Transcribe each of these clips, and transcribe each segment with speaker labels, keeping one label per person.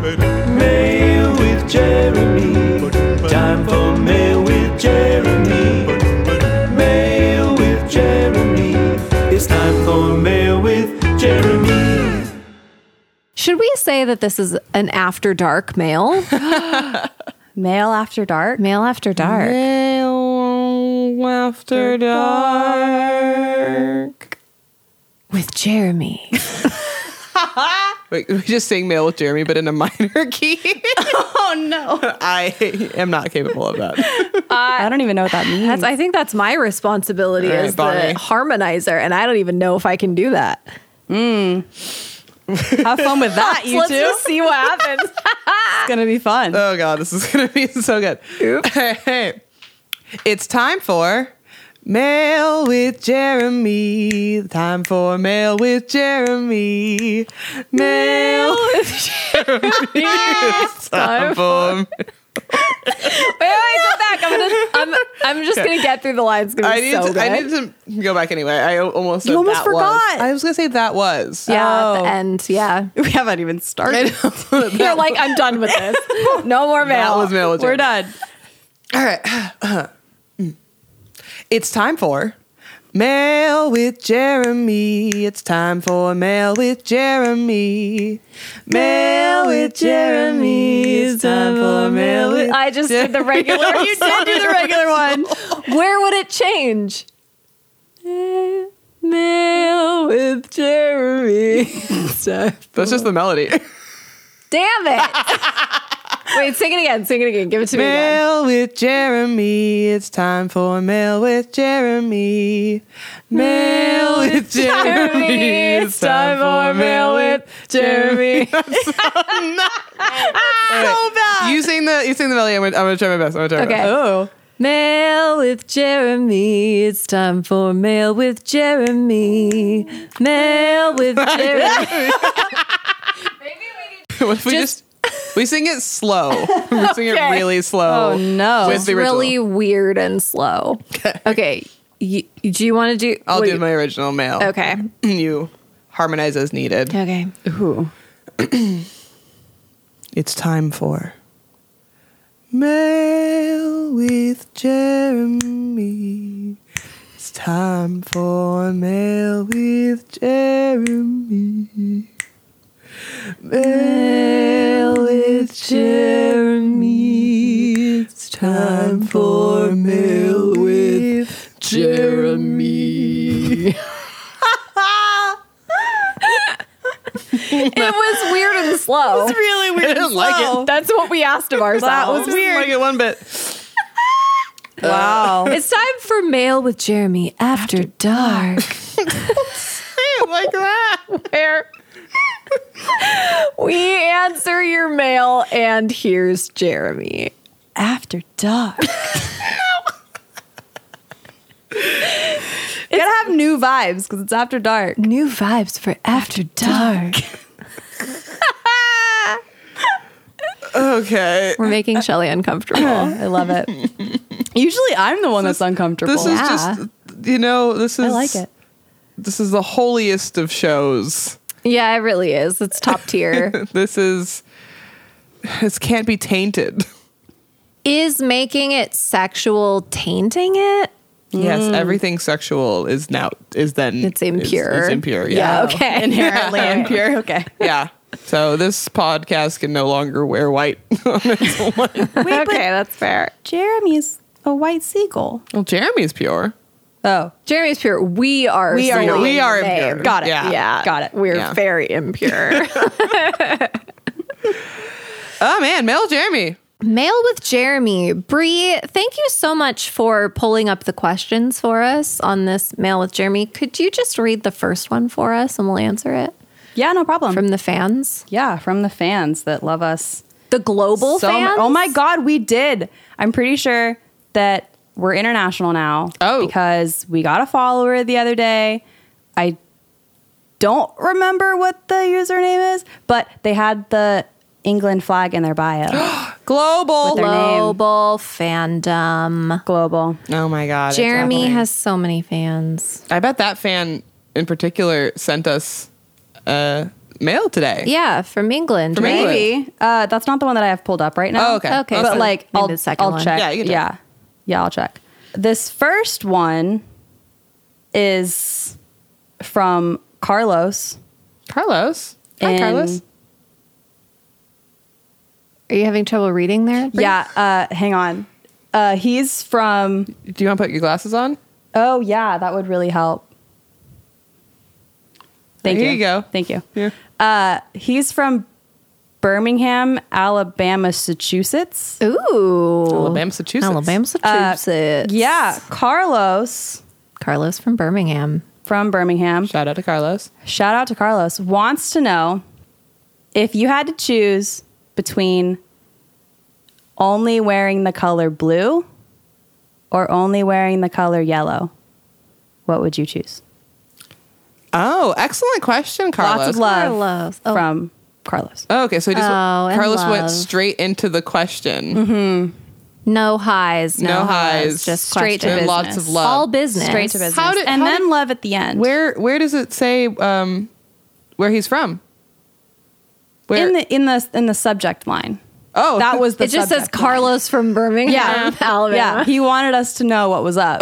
Speaker 1: Mail with Jeremy. Time for Mail with Jeremy. Mail with Jeremy. It's time for Mail with Jeremy.
Speaker 2: Should we say that this is an after dark mail?
Speaker 3: Mail after dark.
Speaker 2: mail after dark.
Speaker 4: After dark.
Speaker 2: With Jeremy.
Speaker 4: Wait, we just sing mail with Jeremy, but in a minor key.
Speaker 3: Oh no!
Speaker 4: I am not capable of that.
Speaker 3: I don't even know what that means.
Speaker 2: That's, I think that's my responsibility
Speaker 4: All right,
Speaker 2: as
Speaker 4: Bonnie.
Speaker 2: the harmonizer, and I don't even know if I can do that.
Speaker 3: Have fun with that, you
Speaker 2: Let's
Speaker 3: two.
Speaker 2: just see what happens.
Speaker 3: It's gonna be fun.
Speaker 4: Oh god, this is gonna be so good. Hey, hey. It's time for Mail with Jeremy. Time for Mail with Jeremy. Mail with Jeremy. it's time for
Speaker 2: Wait, wait, go back. I'm gonna. I'm. I'm just gonna get through the lines. It's gonna be
Speaker 4: I need
Speaker 2: so
Speaker 4: to
Speaker 2: good.
Speaker 4: I need to go back anyway. I al- almost said
Speaker 3: You almost
Speaker 4: that
Speaker 3: forgot.
Speaker 4: Was. I was gonna say that was.
Speaker 2: yeah, at
Speaker 3: Oh.
Speaker 2: the end. Yeah,
Speaker 3: We haven't even started.
Speaker 2: you're like, I'm done with this. No more mail.
Speaker 4: That was mail with
Speaker 3: We're
Speaker 4: Jeremy.
Speaker 3: done.
Speaker 4: All right. it's time for Mail with Jeremy. It's time for Mail with Jeremy. Mail with Jeremy. It's time for Mail with.
Speaker 2: I just did the regular.
Speaker 3: you did do the regular one.
Speaker 2: Where would it change? Eh, Mail with Jeremy.
Speaker 4: That's just the melody.
Speaker 2: Damn it! Wait, sing it again. Sing it again. Give it to me again.
Speaker 4: Mail with Jeremy. It's time for Mail with Jeremy. Mail with Jeremy. It's time for Mail with
Speaker 2: Jeremy.
Speaker 4: So bad. You sing the you sing the melody. I'm gonna, I'm gonna try my best. I'm gonna try my
Speaker 2: Uh, Okay.
Speaker 4: best.
Speaker 3: Oh,
Speaker 2: Mail with Jeremy. It's time for mail with Jeremy. Mail with Jeremy.
Speaker 4: What if we just,
Speaker 2: Just-
Speaker 4: we sing it slow? We sing it
Speaker 2: Okay.
Speaker 4: really slow.
Speaker 3: Oh, no.
Speaker 4: with the original.
Speaker 2: really weird and slow. Okay. You, do you want to do?
Speaker 4: I'll
Speaker 2: what
Speaker 4: do
Speaker 2: you-
Speaker 4: my original mail.
Speaker 2: Okay.
Speaker 4: you harmonize as needed.
Speaker 2: Okay.
Speaker 4: It's time for mail with Jeremy. It's time for mail with Jeremy. Mail with Jeremy. It's time for mail with Jeremy.
Speaker 2: It was weird and slow.
Speaker 4: really weird. I didn't like it.
Speaker 2: That's what we asked of ourselves.
Speaker 4: That was weird. like it one bit.
Speaker 3: wow.
Speaker 2: It's time for mail with Jeremy after, dark.
Speaker 4: like that.
Speaker 2: Where we answer your mail, and here's Jeremy.
Speaker 3: After dark. You gotta have new vibes because it's after dark.
Speaker 2: New vibes for after dark.
Speaker 4: Okay.
Speaker 2: We're making Shelly uncomfortable.
Speaker 3: I love it. Usually, I'm the one that's uncomfortable.
Speaker 4: This is
Speaker 2: Yeah.
Speaker 4: just you know, this is
Speaker 3: I like it.
Speaker 4: This is the holiest of shows.
Speaker 2: yeah, it really is. It's top tier.
Speaker 4: This is this can't be tainted.
Speaker 2: is making it sexual tainting it?
Speaker 4: Yes, everything sexual is now is then
Speaker 2: It's
Speaker 4: is-
Speaker 2: impure.
Speaker 4: It's, impure,
Speaker 2: Yeah,
Speaker 4: yeah.
Speaker 2: okay.
Speaker 3: Inherently
Speaker 2: Yeah.
Speaker 3: impure. Okay.
Speaker 4: Yeah. So this podcast can no longer wear white.
Speaker 2: okay, that's fair.
Speaker 3: Jeremy's a white seagull.
Speaker 4: well, Jeremy's pure.
Speaker 3: Oh,
Speaker 2: Jeremy's pure. We are.
Speaker 3: We are
Speaker 2: slowly
Speaker 4: we are
Speaker 2: there.
Speaker 4: impure.
Speaker 3: Got it.
Speaker 4: Yeah.
Speaker 2: Yeah,
Speaker 3: Got it.
Speaker 2: We're
Speaker 4: Yeah.
Speaker 2: very impure.
Speaker 4: Oh man, male Jeremy.
Speaker 2: Mail with Jeremy. Bree, thank you so much for pulling up the questions for us on this Mail with Jeremy. Could you just read the first one for us and we'll answer it
Speaker 3: yeah, no problem.
Speaker 2: from the fans?
Speaker 3: yeah, from the fans that love us.
Speaker 2: The global
Speaker 3: So mu-
Speaker 2: fans?
Speaker 3: oh my god, we did. I'm pretty sure that we're international now.
Speaker 4: Oh.
Speaker 3: because we got a follower the other day. I don't remember what the username is, but they had the England flag in their bio.
Speaker 4: Global.
Speaker 3: their name.
Speaker 2: global fandom.
Speaker 3: Global.
Speaker 4: Oh my god. it's
Speaker 2: Jeremy
Speaker 4: happening.
Speaker 2: has so many fans.
Speaker 4: I bet that fan in particular sent us uh, mail today.
Speaker 5: Yeah, from England.
Speaker 4: From
Speaker 5: right?
Speaker 4: England.
Speaker 3: Maybe. Uh, that's not the one that I have pulled up right now.
Speaker 4: Oh, okay.
Speaker 5: Okay,
Speaker 4: Awesome.
Speaker 3: But
Speaker 5: so
Speaker 3: like,
Speaker 5: maybe
Speaker 3: I'll,
Speaker 5: the second
Speaker 3: I'll
Speaker 5: one.
Speaker 3: check.
Speaker 4: Yeah, you can check.
Speaker 3: yeah. Yeah, I'll check. This first one is from Carlos.
Speaker 4: Carlos. Hi,
Speaker 3: in-
Speaker 4: Carlos.
Speaker 5: Are you having trouble reading there? Brie?
Speaker 3: Yeah. Uh, hang on. Uh, he's from.
Speaker 4: Do you want to put your glasses on?
Speaker 3: Oh yeah, that would really help. Thank
Speaker 4: Here
Speaker 3: you.
Speaker 4: you go.
Speaker 3: Thank you.
Speaker 4: Yeah.
Speaker 3: Uh, he's from Birmingham, Alabama, Massachusetts. Uh,
Speaker 5: Ooh.
Speaker 4: Alabama, Massachusetts.
Speaker 5: Alabama, Massachusetts.
Speaker 3: Yeah, Carlos
Speaker 5: Carlos from Birmingham.
Speaker 3: from Birmingham.
Speaker 4: Shout out to Carlos.
Speaker 3: Shout out to Carlos wants to know if you had to choose between only wearing the color blue or only wearing the color yellow. What would you choose?
Speaker 4: Oh, excellent question, Carlos.
Speaker 3: Lots of love
Speaker 5: Carlos. Oh.
Speaker 3: from Carlos.
Speaker 4: Oh, okay, so just
Speaker 5: Oh, and
Speaker 4: Carlos went
Speaker 5: love.
Speaker 4: straight into the question.
Speaker 5: No highs. No,
Speaker 4: No
Speaker 5: highs.
Speaker 4: highs.
Speaker 5: Just
Speaker 3: Straight to
Speaker 5: questions.
Speaker 4: And lots
Speaker 3: business.
Speaker 4: of love.
Speaker 5: All business.
Speaker 3: Straight to business.
Speaker 4: How did-
Speaker 3: and
Speaker 4: how
Speaker 3: then
Speaker 4: did-
Speaker 3: love at the end.
Speaker 4: Where where does it say um, where he's from? Where?
Speaker 3: in the in the in the subject line.
Speaker 4: oh,
Speaker 3: That was the
Speaker 5: It just says
Speaker 3: subject line.
Speaker 5: Carlos from Birmingham,
Speaker 3: Yeah. Yeah,
Speaker 5: Alabama.
Speaker 3: he wanted us to know what was up.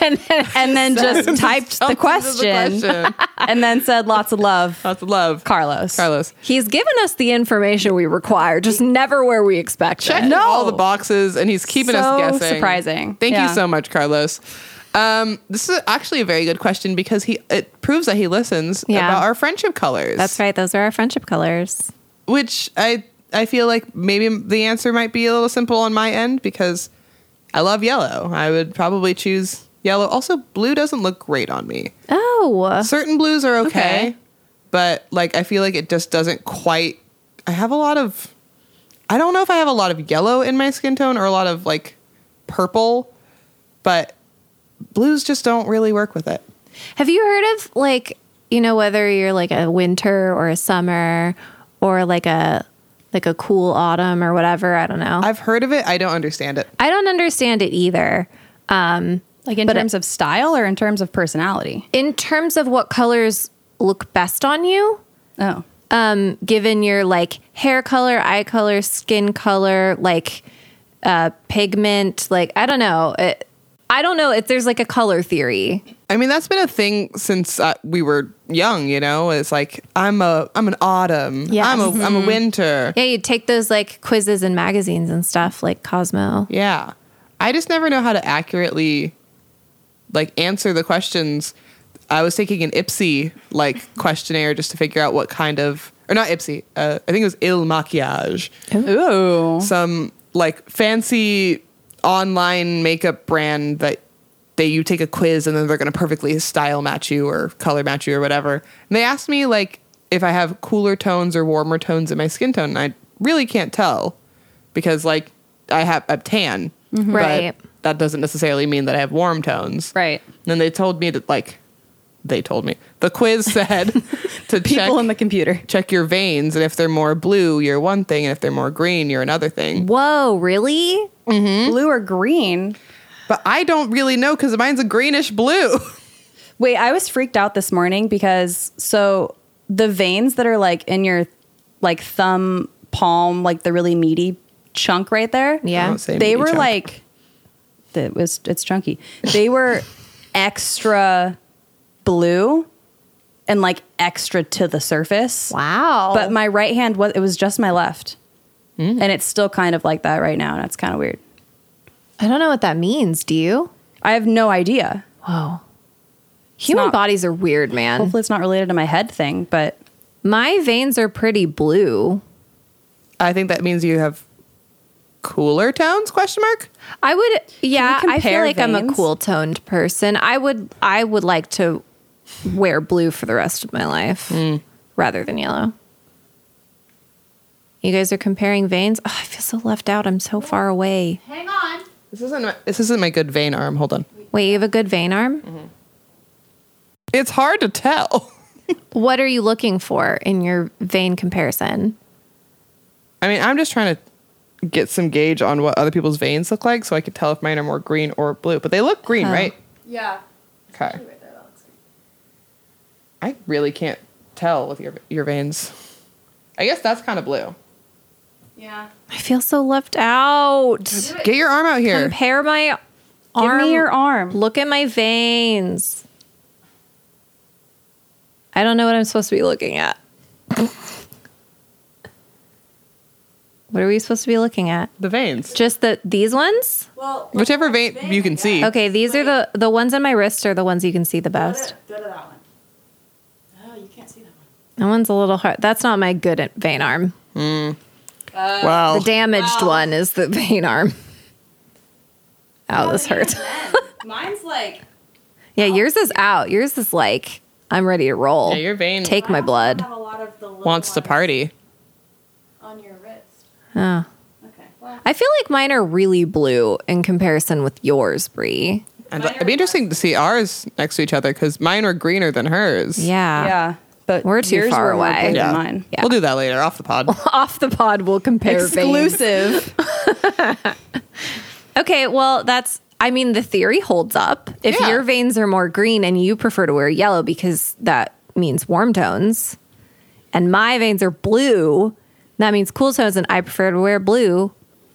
Speaker 5: and then
Speaker 3: And then just typed the question, and then said lots of love,
Speaker 4: Lots of love,
Speaker 3: Carlos.
Speaker 4: Carlos.
Speaker 5: he's given us the information we require, just never where we expect
Speaker 4: Check
Speaker 5: it.
Speaker 4: all the boxes, and he's keeping
Speaker 3: So
Speaker 4: us guessing.
Speaker 3: surprising.
Speaker 4: Thank
Speaker 3: Yeah.
Speaker 4: you so much, Carlos. Um, this is actually a very good question because he it proves that he listens
Speaker 5: Yeah.
Speaker 4: about our friendship colors.
Speaker 5: That's right. Those are our friendship colors.
Speaker 4: which I I feel like maybe the answer might be a little simple on my end because I love yellow. I would probably choose yellow. Also, blue doesn't look great on me.
Speaker 5: Oh.
Speaker 4: Certain blues are okay,
Speaker 3: Okay.
Speaker 4: but like I feel like it just doesn't quite. I have a lot of. I don't know if I have a lot of yellow in my skin tone or a lot of like purple, but blues just don't really work with it.
Speaker 5: Have you heard of like you know whether you're like a winter or a summer or like a like a cool autumn or whatever? I don't know. I,
Speaker 4: I've heard of it. I don't understand it.
Speaker 5: don't understand it either. Um,
Speaker 3: Like in
Speaker 5: But-
Speaker 3: terms of style or in terms of personality?
Speaker 5: In terms of what colors look best on you,
Speaker 3: Oh.
Speaker 5: um, given your like hair color, eye color, skin color, like uh, pigment, like I don't know. It, I don't know if there's like a color theory.
Speaker 4: I mean, that's been a thing since uh, we were young. You know, it's like I'm a I'm an autumn.
Speaker 5: Yes.
Speaker 4: I'm a am a winter.
Speaker 5: Yeah, you take those like quizzes and magazines and stuff like Cosmo.
Speaker 4: Yeah, I just never know how to accurately like answer the questions. I was taking an Ipsy like questionnaire just to figure out what kind of or not Ipsy. Uh, I think it was Il Maquillage,
Speaker 3: Ooh.
Speaker 4: some like fancy online makeup brand that they you take a quiz and then they're going to perfectly style match you or color match you or whatever. And they asked me like if I have cooler tones or warmer tones in my skin tone, and I really can't tell because like I have I'm tan, but
Speaker 5: Right.
Speaker 4: that doesn't necessarily mean that I have warm tones,
Speaker 3: Right.
Speaker 4: And then they told me to like they told me the quiz said to check,
Speaker 3: People in the computer.
Speaker 4: check your veins and if they're more blue you're one thing and if they're more green you're another thing
Speaker 5: Whoa, really?
Speaker 3: Blue or green?
Speaker 4: But I don't really know because mine's a greenish blue.
Speaker 3: Wait, I was freaked out this morning because so the veins that are like in your like thumb palm, like the really meaty chunk right there.
Speaker 5: Yeah.
Speaker 4: Don't say
Speaker 3: they
Speaker 4: meaty
Speaker 3: were
Speaker 4: chunk.
Speaker 3: like that was it's chunky. They were extra blue and like extra to the surface.
Speaker 5: Wow.
Speaker 3: But my right hand was it was just my left.
Speaker 5: Hmm.
Speaker 3: And it's still kind of like that right now, and it's kind of weird.
Speaker 5: I don't know what that means. Do you?
Speaker 3: I have no idea.
Speaker 5: Whoa. Human
Speaker 3: not-
Speaker 5: bodies are weird, man.
Speaker 3: Hopefully it's not related to my head thing, but
Speaker 5: My veins are pretty blue.
Speaker 4: I think that means you have cooler tones? Question mark.
Speaker 5: I would, yeah, I feel
Speaker 3: compare
Speaker 5: like I'm a
Speaker 3: veins?
Speaker 5: cool toned person. I would, I would like to wear blue for the rest of my life rather than yellow. You guys are comparing veins. Oh, I feel so left out. I'm so far away.
Speaker 4: This isn't my, this isn't my good vein arm. Hold on.
Speaker 5: Wait, you have a good vein arm?
Speaker 4: It's hard to tell.
Speaker 5: What are you looking for in your vein comparison?
Speaker 4: I mean, I'm just trying to get some gauge on what other people's veins look like so I could tell if mine are more green or blue. But they look green,
Speaker 5: Oh.
Speaker 4: right? Yeah. Okay. I really can't tell with your your veins. I guess that's kind of blue.
Speaker 3: Yeah.
Speaker 5: I feel so left out.
Speaker 4: Get your arm out here.
Speaker 5: Compare my
Speaker 3: Give
Speaker 5: arm.
Speaker 3: me your arm.
Speaker 5: Look at my veins. I don't know what I'm supposed to be looking at. what are we supposed to be looking at?
Speaker 4: The veins.
Speaker 5: Just the these ones?
Speaker 3: Well,
Speaker 4: Whichever vein you can see.
Speaker 5: Okay, these are the the ones on my wrist are the ones you can see the best.
Speaker 3: Go to that one. Oh, you can't see that one.
Speaker 5: That one's a little hard. That's not my good vein arm.
Speaker 4: Wow.
Speaker 5: The damaged one is the vein arm. Ow, this hurts.
Speaker 3: Mine's like
Speaker 5: Yeah, yours is out. Yours is like, I'm ready to roll.
Speaker 4: Yeah, your vein
Speaker 5: Take my blood.
Speaker 3: a lot of the
Speaker 4: wants to party.
Speaker 3: on your wrist.
Speaker 5: Oh.
Speaker 3: Okay. Well,
Speaker 5: I feel like mine are really blue in comparison with yours, Brie.
Speaker 4: And
Speaker 3: Mine
Speaker 4: it'd be
Speaker 3: are
Speaker 4: interesting to see ours next to each other because mine were greener than hers.
Speaker 5: Yeah.
Speaker 3: yeah, but
Speaker 5: We're too
Speaker 3: yours
Speaker 5: far
Speaker 3: were more
Speaker 5: away.
Speaker 3: blue than
Speaker 4: Yeah.
Speaker 3: Mine.
Speaker 5: Yeah.
Speaker 4: We'll do that later off the pod.
Speaker 5: Off the pod, we'll compare veins.
Speaker 3: Exclusive.
Speaker 5: Okay, well, that's, I mean, the theory holds up. If
Speaker 4: Yeah.
Speaker 5: your veins are more green and you prefer to wear yellow because that means warm tones, and my veins are blue, that means cool tones, and I prefer to wear blue.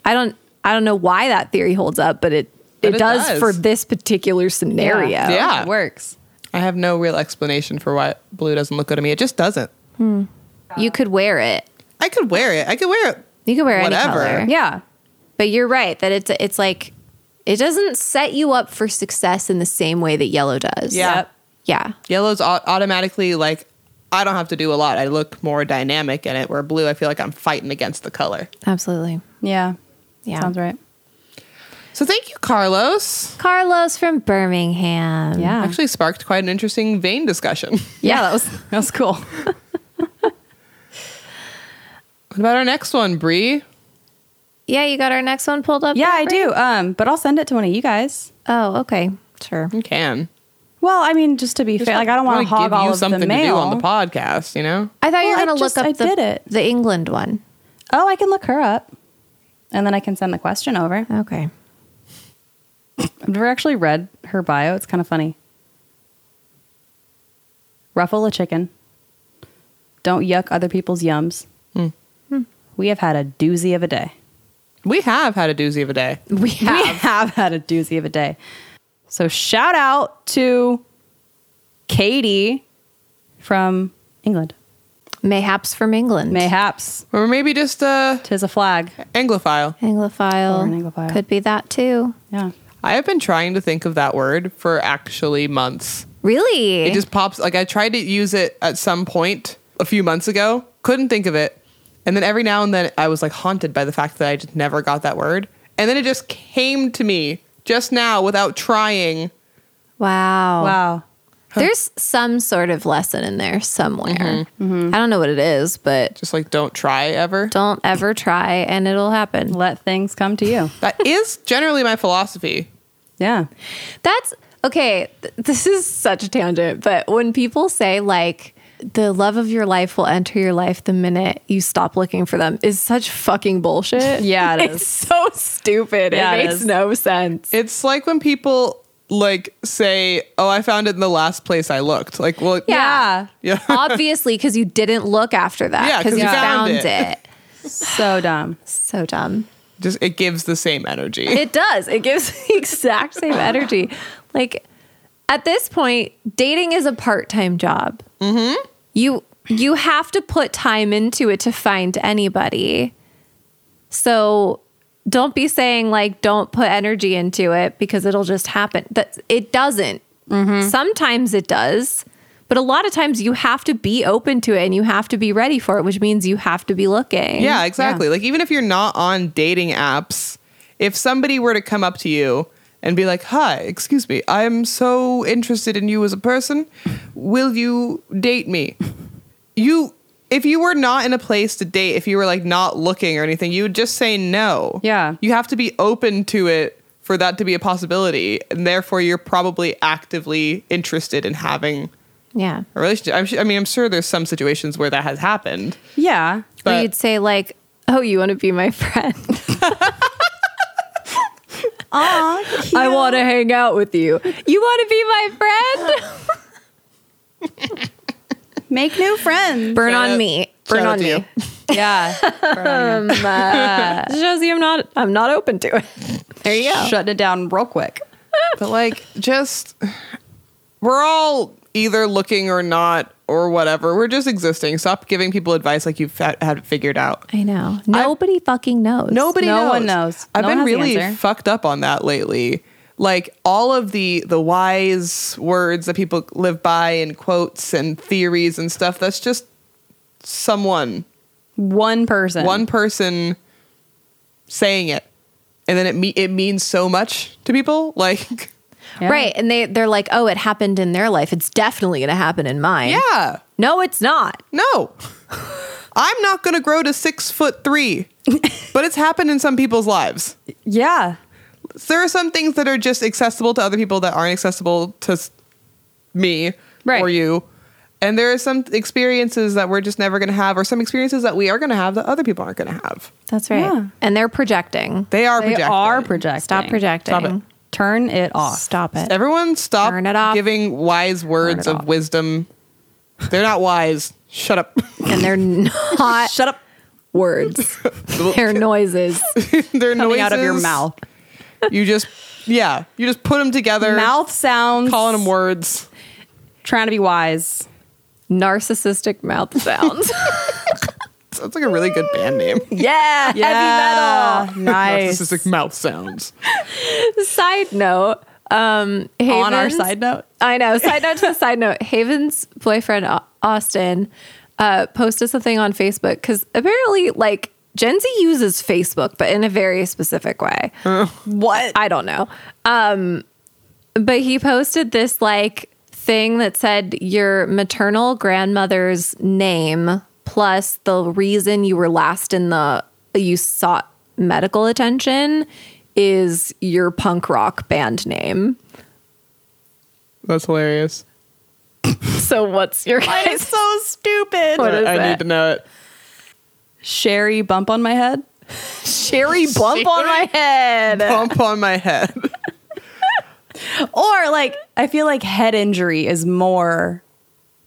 Speaker 5: I don't, I don't know why that theory holds up, but it,
Speaker 4: But
Speaker 5: it,
Speaker 4: it
Speaker 5: does,
Speaker 4: does.
Speaker 5: for this particular scenario.
Speaker 4: Yeah.
Speaker 3: It works.
Speaker 4: I have no real explanation for why blue doesn't look good on me. It just doesn't.
Speaker 5: You could wear it.
Speaker 4: I could wear it. I could wear it.
Speaker 5: You could wear
Speaker 4: Whatever.
Speaker 5: any color.
Speaker 3: Yeah.
Speaker 5: But you're right that it's it's like it doesn't set you up for success in the same way that yellow does.
Speaker 4: Yeah. Yep.
Speaker 5: Yeah.
Speaker 4: Yellow's au- automatically like I don't have to do a lot. I look more dynamic in it. Where blue, I feel like I'm fighting against the color.
Speaker 5: Absolutely.
Speaker 3: Yeah.
Speaker 5: Yeah.
Speaker 3: Sounds right.
Speaker 4: So thank you, Carlos.
Speaker 5: Carlos from Birmingham.
Speaker 3: Yeah.
Speaker 4: Actually, sparked quite an interesting vein discussion.
Speaker 5: Yeah, that was
Speaker 3: That was cool.
Speaker 4: what about our next one, Bree?
Speaker 5: Yeah, you got our next one pulled up.
Speaker 3: Yeah,
Speaker 5: there,
Speaker 3: I
Speaker 5: Brie?
Speaker 3: do. Um, but I'll send it to one of you guys.
Speaker 5: Oh, okay. Sure.
Speaker 4: You can.
Speaker 3: Well, I mean, just to be fair, like I don't
Speaker 4: wanna
Speaker 3: want to
Speaker 4: give
Speaker 3: hog
Speaker 4: you
Speaker 3: all of the
Speaker 4: something to
Speaker 3: mail.
Speaker 4: do on the podcast. You know,
Speaker 5: I thought you
Speaker 3: Well,
Speaker 5: were
Speaker 3: I
Speaker 5: gonna
Speaker 3: just-
Speaker 5: look up
Speaker 3: I
Speaker 5: the,
Speaker 3: did it.
Speaker 5: the England one.
Speaker 3: Oh, I can look her up, and then I can send the question over.
Speaker 5: Okay.
Speaker 3: I've never actually read her bio. It's kind of funny. Ruffle a chicken. Don't yuck other people's yums. Hmm. We have had a doozy of a day.
Speaker 4: we have had a doozy of a day.
Speaker 5: We have
Speaker 3: We have had a doozy of a day. So shout out to Katie from England.
Speaker 5: Mayhaps from England.
Speaker 3: Mayhaps
Speaker 4: Or maybe just uh,
Speaker 3: tis a flag.
Speaker 4: Anglophile.
Speaker 5: Anglophile.
Speaker 3: Or an Anglophile.
Speaker 5: Could be that too.
Speaker 3: Yeah.
Speaker 4: I have been trying to think of that word for actually months.
Speaker 5: Really?
Speaker 4: It just pops. Like I tried to use it at some point a few months ago, couldn't think of it, and then every now and then I was like haunted by the fact that I just never got that word, and then it just came to me just now without trying.
Speaker 5: wow.
Speaker 3: Wow.
Speaker 5: There's some sort of lesson in there somewhere.
Speaker 4: Mm-hmm.
Speaker 3: Mm-hmm.
Speaker 5: I don't know what it is, but
Speaker 4: Just like don't try ever.
Speaker 5: don't ever try and it'll happen.
Speaker 3: Let things come to you.
Speaker 4: That is generally my philosophy.
Speaker 3: Yeah.
Speaker 5: That's okay. th- this is such a tangent, but when people say like the love of your life will enter your life the minute you stop looking for them is such fucking bullshit.
Speaker 3: Yeah, it
Speaker 5: It's
Speaker 3: is.
Speaker 5: so stupid.
Speaker 3: Yeah,
Speaker 5: it
Speaker 3: it
Speaker 5: makes
Speaker 3: is.
Speaker 5: no sense.
Speaker 4: It's like when people like say, "Oh, I found it in the last place I looked." Like, well,
Speaker 5: Yeah.
Speaker 4: Yeah.
Speaker 5: Obviously, because you didn't look after that.
Speaker 4: Yeah, 'cause
Speaker 5: because
Speaker 4: you found
Speaker 5: found
Speaker 4: it.
Speaker 5: it.
Speaker 3: So dumb.
Speaker 5: So dumb.
Speaker 4: just it gives the same energy.
Speaker 5: It does. It gives the exact same energy. Like at this point, dating is a part-time job. Mm-hmm. You you have to put time into it to find anybody. So don't be saying like don't put energy into it because it'll just happen. That it doesn't.
Speaker 4: Mm-hmm.
Speaker 5: Sometimes it does. But a lot of times you have to be open to it and you have to be ready for it, which means you have to be looking.
Speaker 4: Yeah, exactly. Like even if you're not on dating apps, if somebody were to come up to you and be like, "Hi, excuse me, I'm so interested in you as a person. Will you date me?" You if you were not in a place to date, if you were like not looking or anything, you would just say no.
Speaker 3: Yeah.
Speaker 4: You have to be open to it for that to be a possibility, and therefore you're probably actively interested in having
Speaker 5: Yeah.
Speaker 4: a relationship. I'm su- I mean, I'm sure there's some situations where that has happened,
Speaker 3: Yeah.
Speaker 5: or
Speaker 4: but
Speaker 5: you'd say like, "Oh, you want to be my friend? I want to hang out with you. You want to be my friend?"
Speaker 3: Make new friends.
Speaker 5: Burn
Speaker 4: Shout
Speaker 5: on
Speaker 4: out-
Speaker 5: me. Burn
Speaker 4: shout out
Speaker 5: on
Speaker 4: to
Speaker 5: me.
Speaker 4: you.
Speaker 3: yeah.
Speaker 5: It shows you I'm not I'm not open to it. There you go.
Speaker 3: Shutting it down real quick.
Speaker 4: But like, just we're all either looking or not or whatever. We're just existing. Stop giving people advice like you've fa- had it figured out.
Speaker 5: I know. Nobody fucking knows.
Speaker 4: Nobody,
Speaker 3: No
Speaker 4: knows.
Speaker 3: one knows.
Speaker 4: I've
Speaker 3: No one
Speaker 4: been
Speaker 3: has the
Speaker 4: really
Speaker 3: answer.
Speaker 4: fucked up on that lately. Like all of the the wise words that people live by and quotes and theories and stuff. That's just someone
Speaker 3: One person.
Speaker 4: one person saying it and then it me- it means so much to people like
Speaker 3: Yeah.
Speaker 5: Right. And they they're like, "Oh, it happened in their life. It's definitely going to happen in mine."
Speaker 4: yeah
Speaker 5: No, it's not.
Speaker 4: no i'm not going to grow to six foot three but it's happened in some people's lives
Speaker 3: Yeah.
Speaker 4: there are some things that are just accessible to other people that aren't accessible to s- me
Speaker 3: Right.
Speaker 4: or you and there are some experiences that we're just never going to have or some experiences that we are going to have that other people aren't going to have
Speaker 5: That's right.
Speaker 3: Yeah.
Speaker 5: And they're projecting.
Speaker 4: they are
Speaker 3: They
Speaker 4: projecting.
Speaker 3: are projecting.
Speaker 5: Stop projecting.
Speaker 4: Stop it.
Speaker 3: Turn it off.
Speaker 5: Stop it.
Speaker 4: Everyone stop
Speaker 5: Turn it off.
Speaker 4: giving wise words
Speaker 5: Turn it
Speaker 4: of
Speaker 5: off.
Speaker 4: wisdom. They're not wise. Shut up.
Speaker 5: And they're not
Speaker 3: Shut up.
Speaker 5: words. they're noises.
Speaker 4: They're
Speaker 3: Coming
Speaker 4: noises.
Speaker 3: out of your mouth.
Speaker 4: You just yeah, you just put them together.
Speaker 3: Mouth sounds.
Speaker 4: calling them words.
Speaker 3: Trying to be wise.
Speaker 5: Narcissistic mouth sounds.
Speaker 4: Sounds like a really good band name.
Speaker 5: yeah,
Speaker 3: Yeah.
Speaker 5: Heavy metal.
Speaker 3: Nice.
Speaker 4: Narcissistic mouth sounds.
Speaker 5: Side note. Um, Havens,
Speaker 3: On our side note.
Speaker 5: I know. Side note to the side note. Haven's boyfriend Au- Austin uh, posted something on Facebook because apparently, like Gen Z uses Facebook, but in a very specific way.
Speaker 3: What?
Speaker 5: I don't know. Um, but he posted this like thing that said your maternal grandmother's name plus the reason you were last in the you sought medical attention is your punk rock band name.
Speaker 4: That's hilarious.
Speaker 5: So what's your
Speaker 3: It's so stupid.
Speaker 5: What is
Speaker 4: I
Speaker 5: that?
Speaker 4: need to know it.
Speaker 3: Sherry bump on my head.
Speaker 5: cherry bump on my head?
Speaker 4: Bump on my head.
Speaker 3: Or like, I feel like head injury is more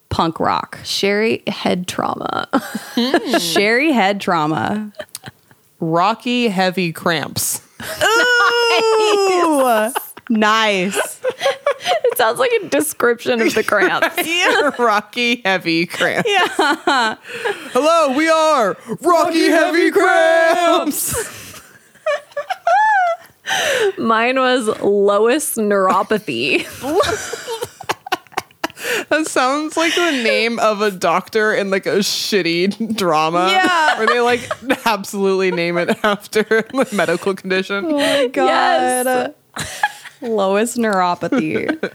Speaker 3: punk rock.
Speaker 5: Sherry head trauma. Hmm.
Speaker 3: Sherry head trauma.
Speaker 4: Rocky heavy cramps.
Speaker 3: Ooh. Nice.
Speaker 5: It sounds like a description of the cramps.
Speaker 4: Rocky heavy cramps.
Speaker 3: Yeah.
Speaker 4: Hello, we are Rocky, heavy, cramps.
Speaker 5: Mine was Lois neuropathy.
Speaker 4: That sounds like the name of a doctor in like a shitty drama.
Speaker 3: Yeah.
Speaker 4: Where they like absolutely name it after the medical condition.
Speaker 3: my God.
Speaker 5: Yes.
Speaker 3: Lois neuropathy.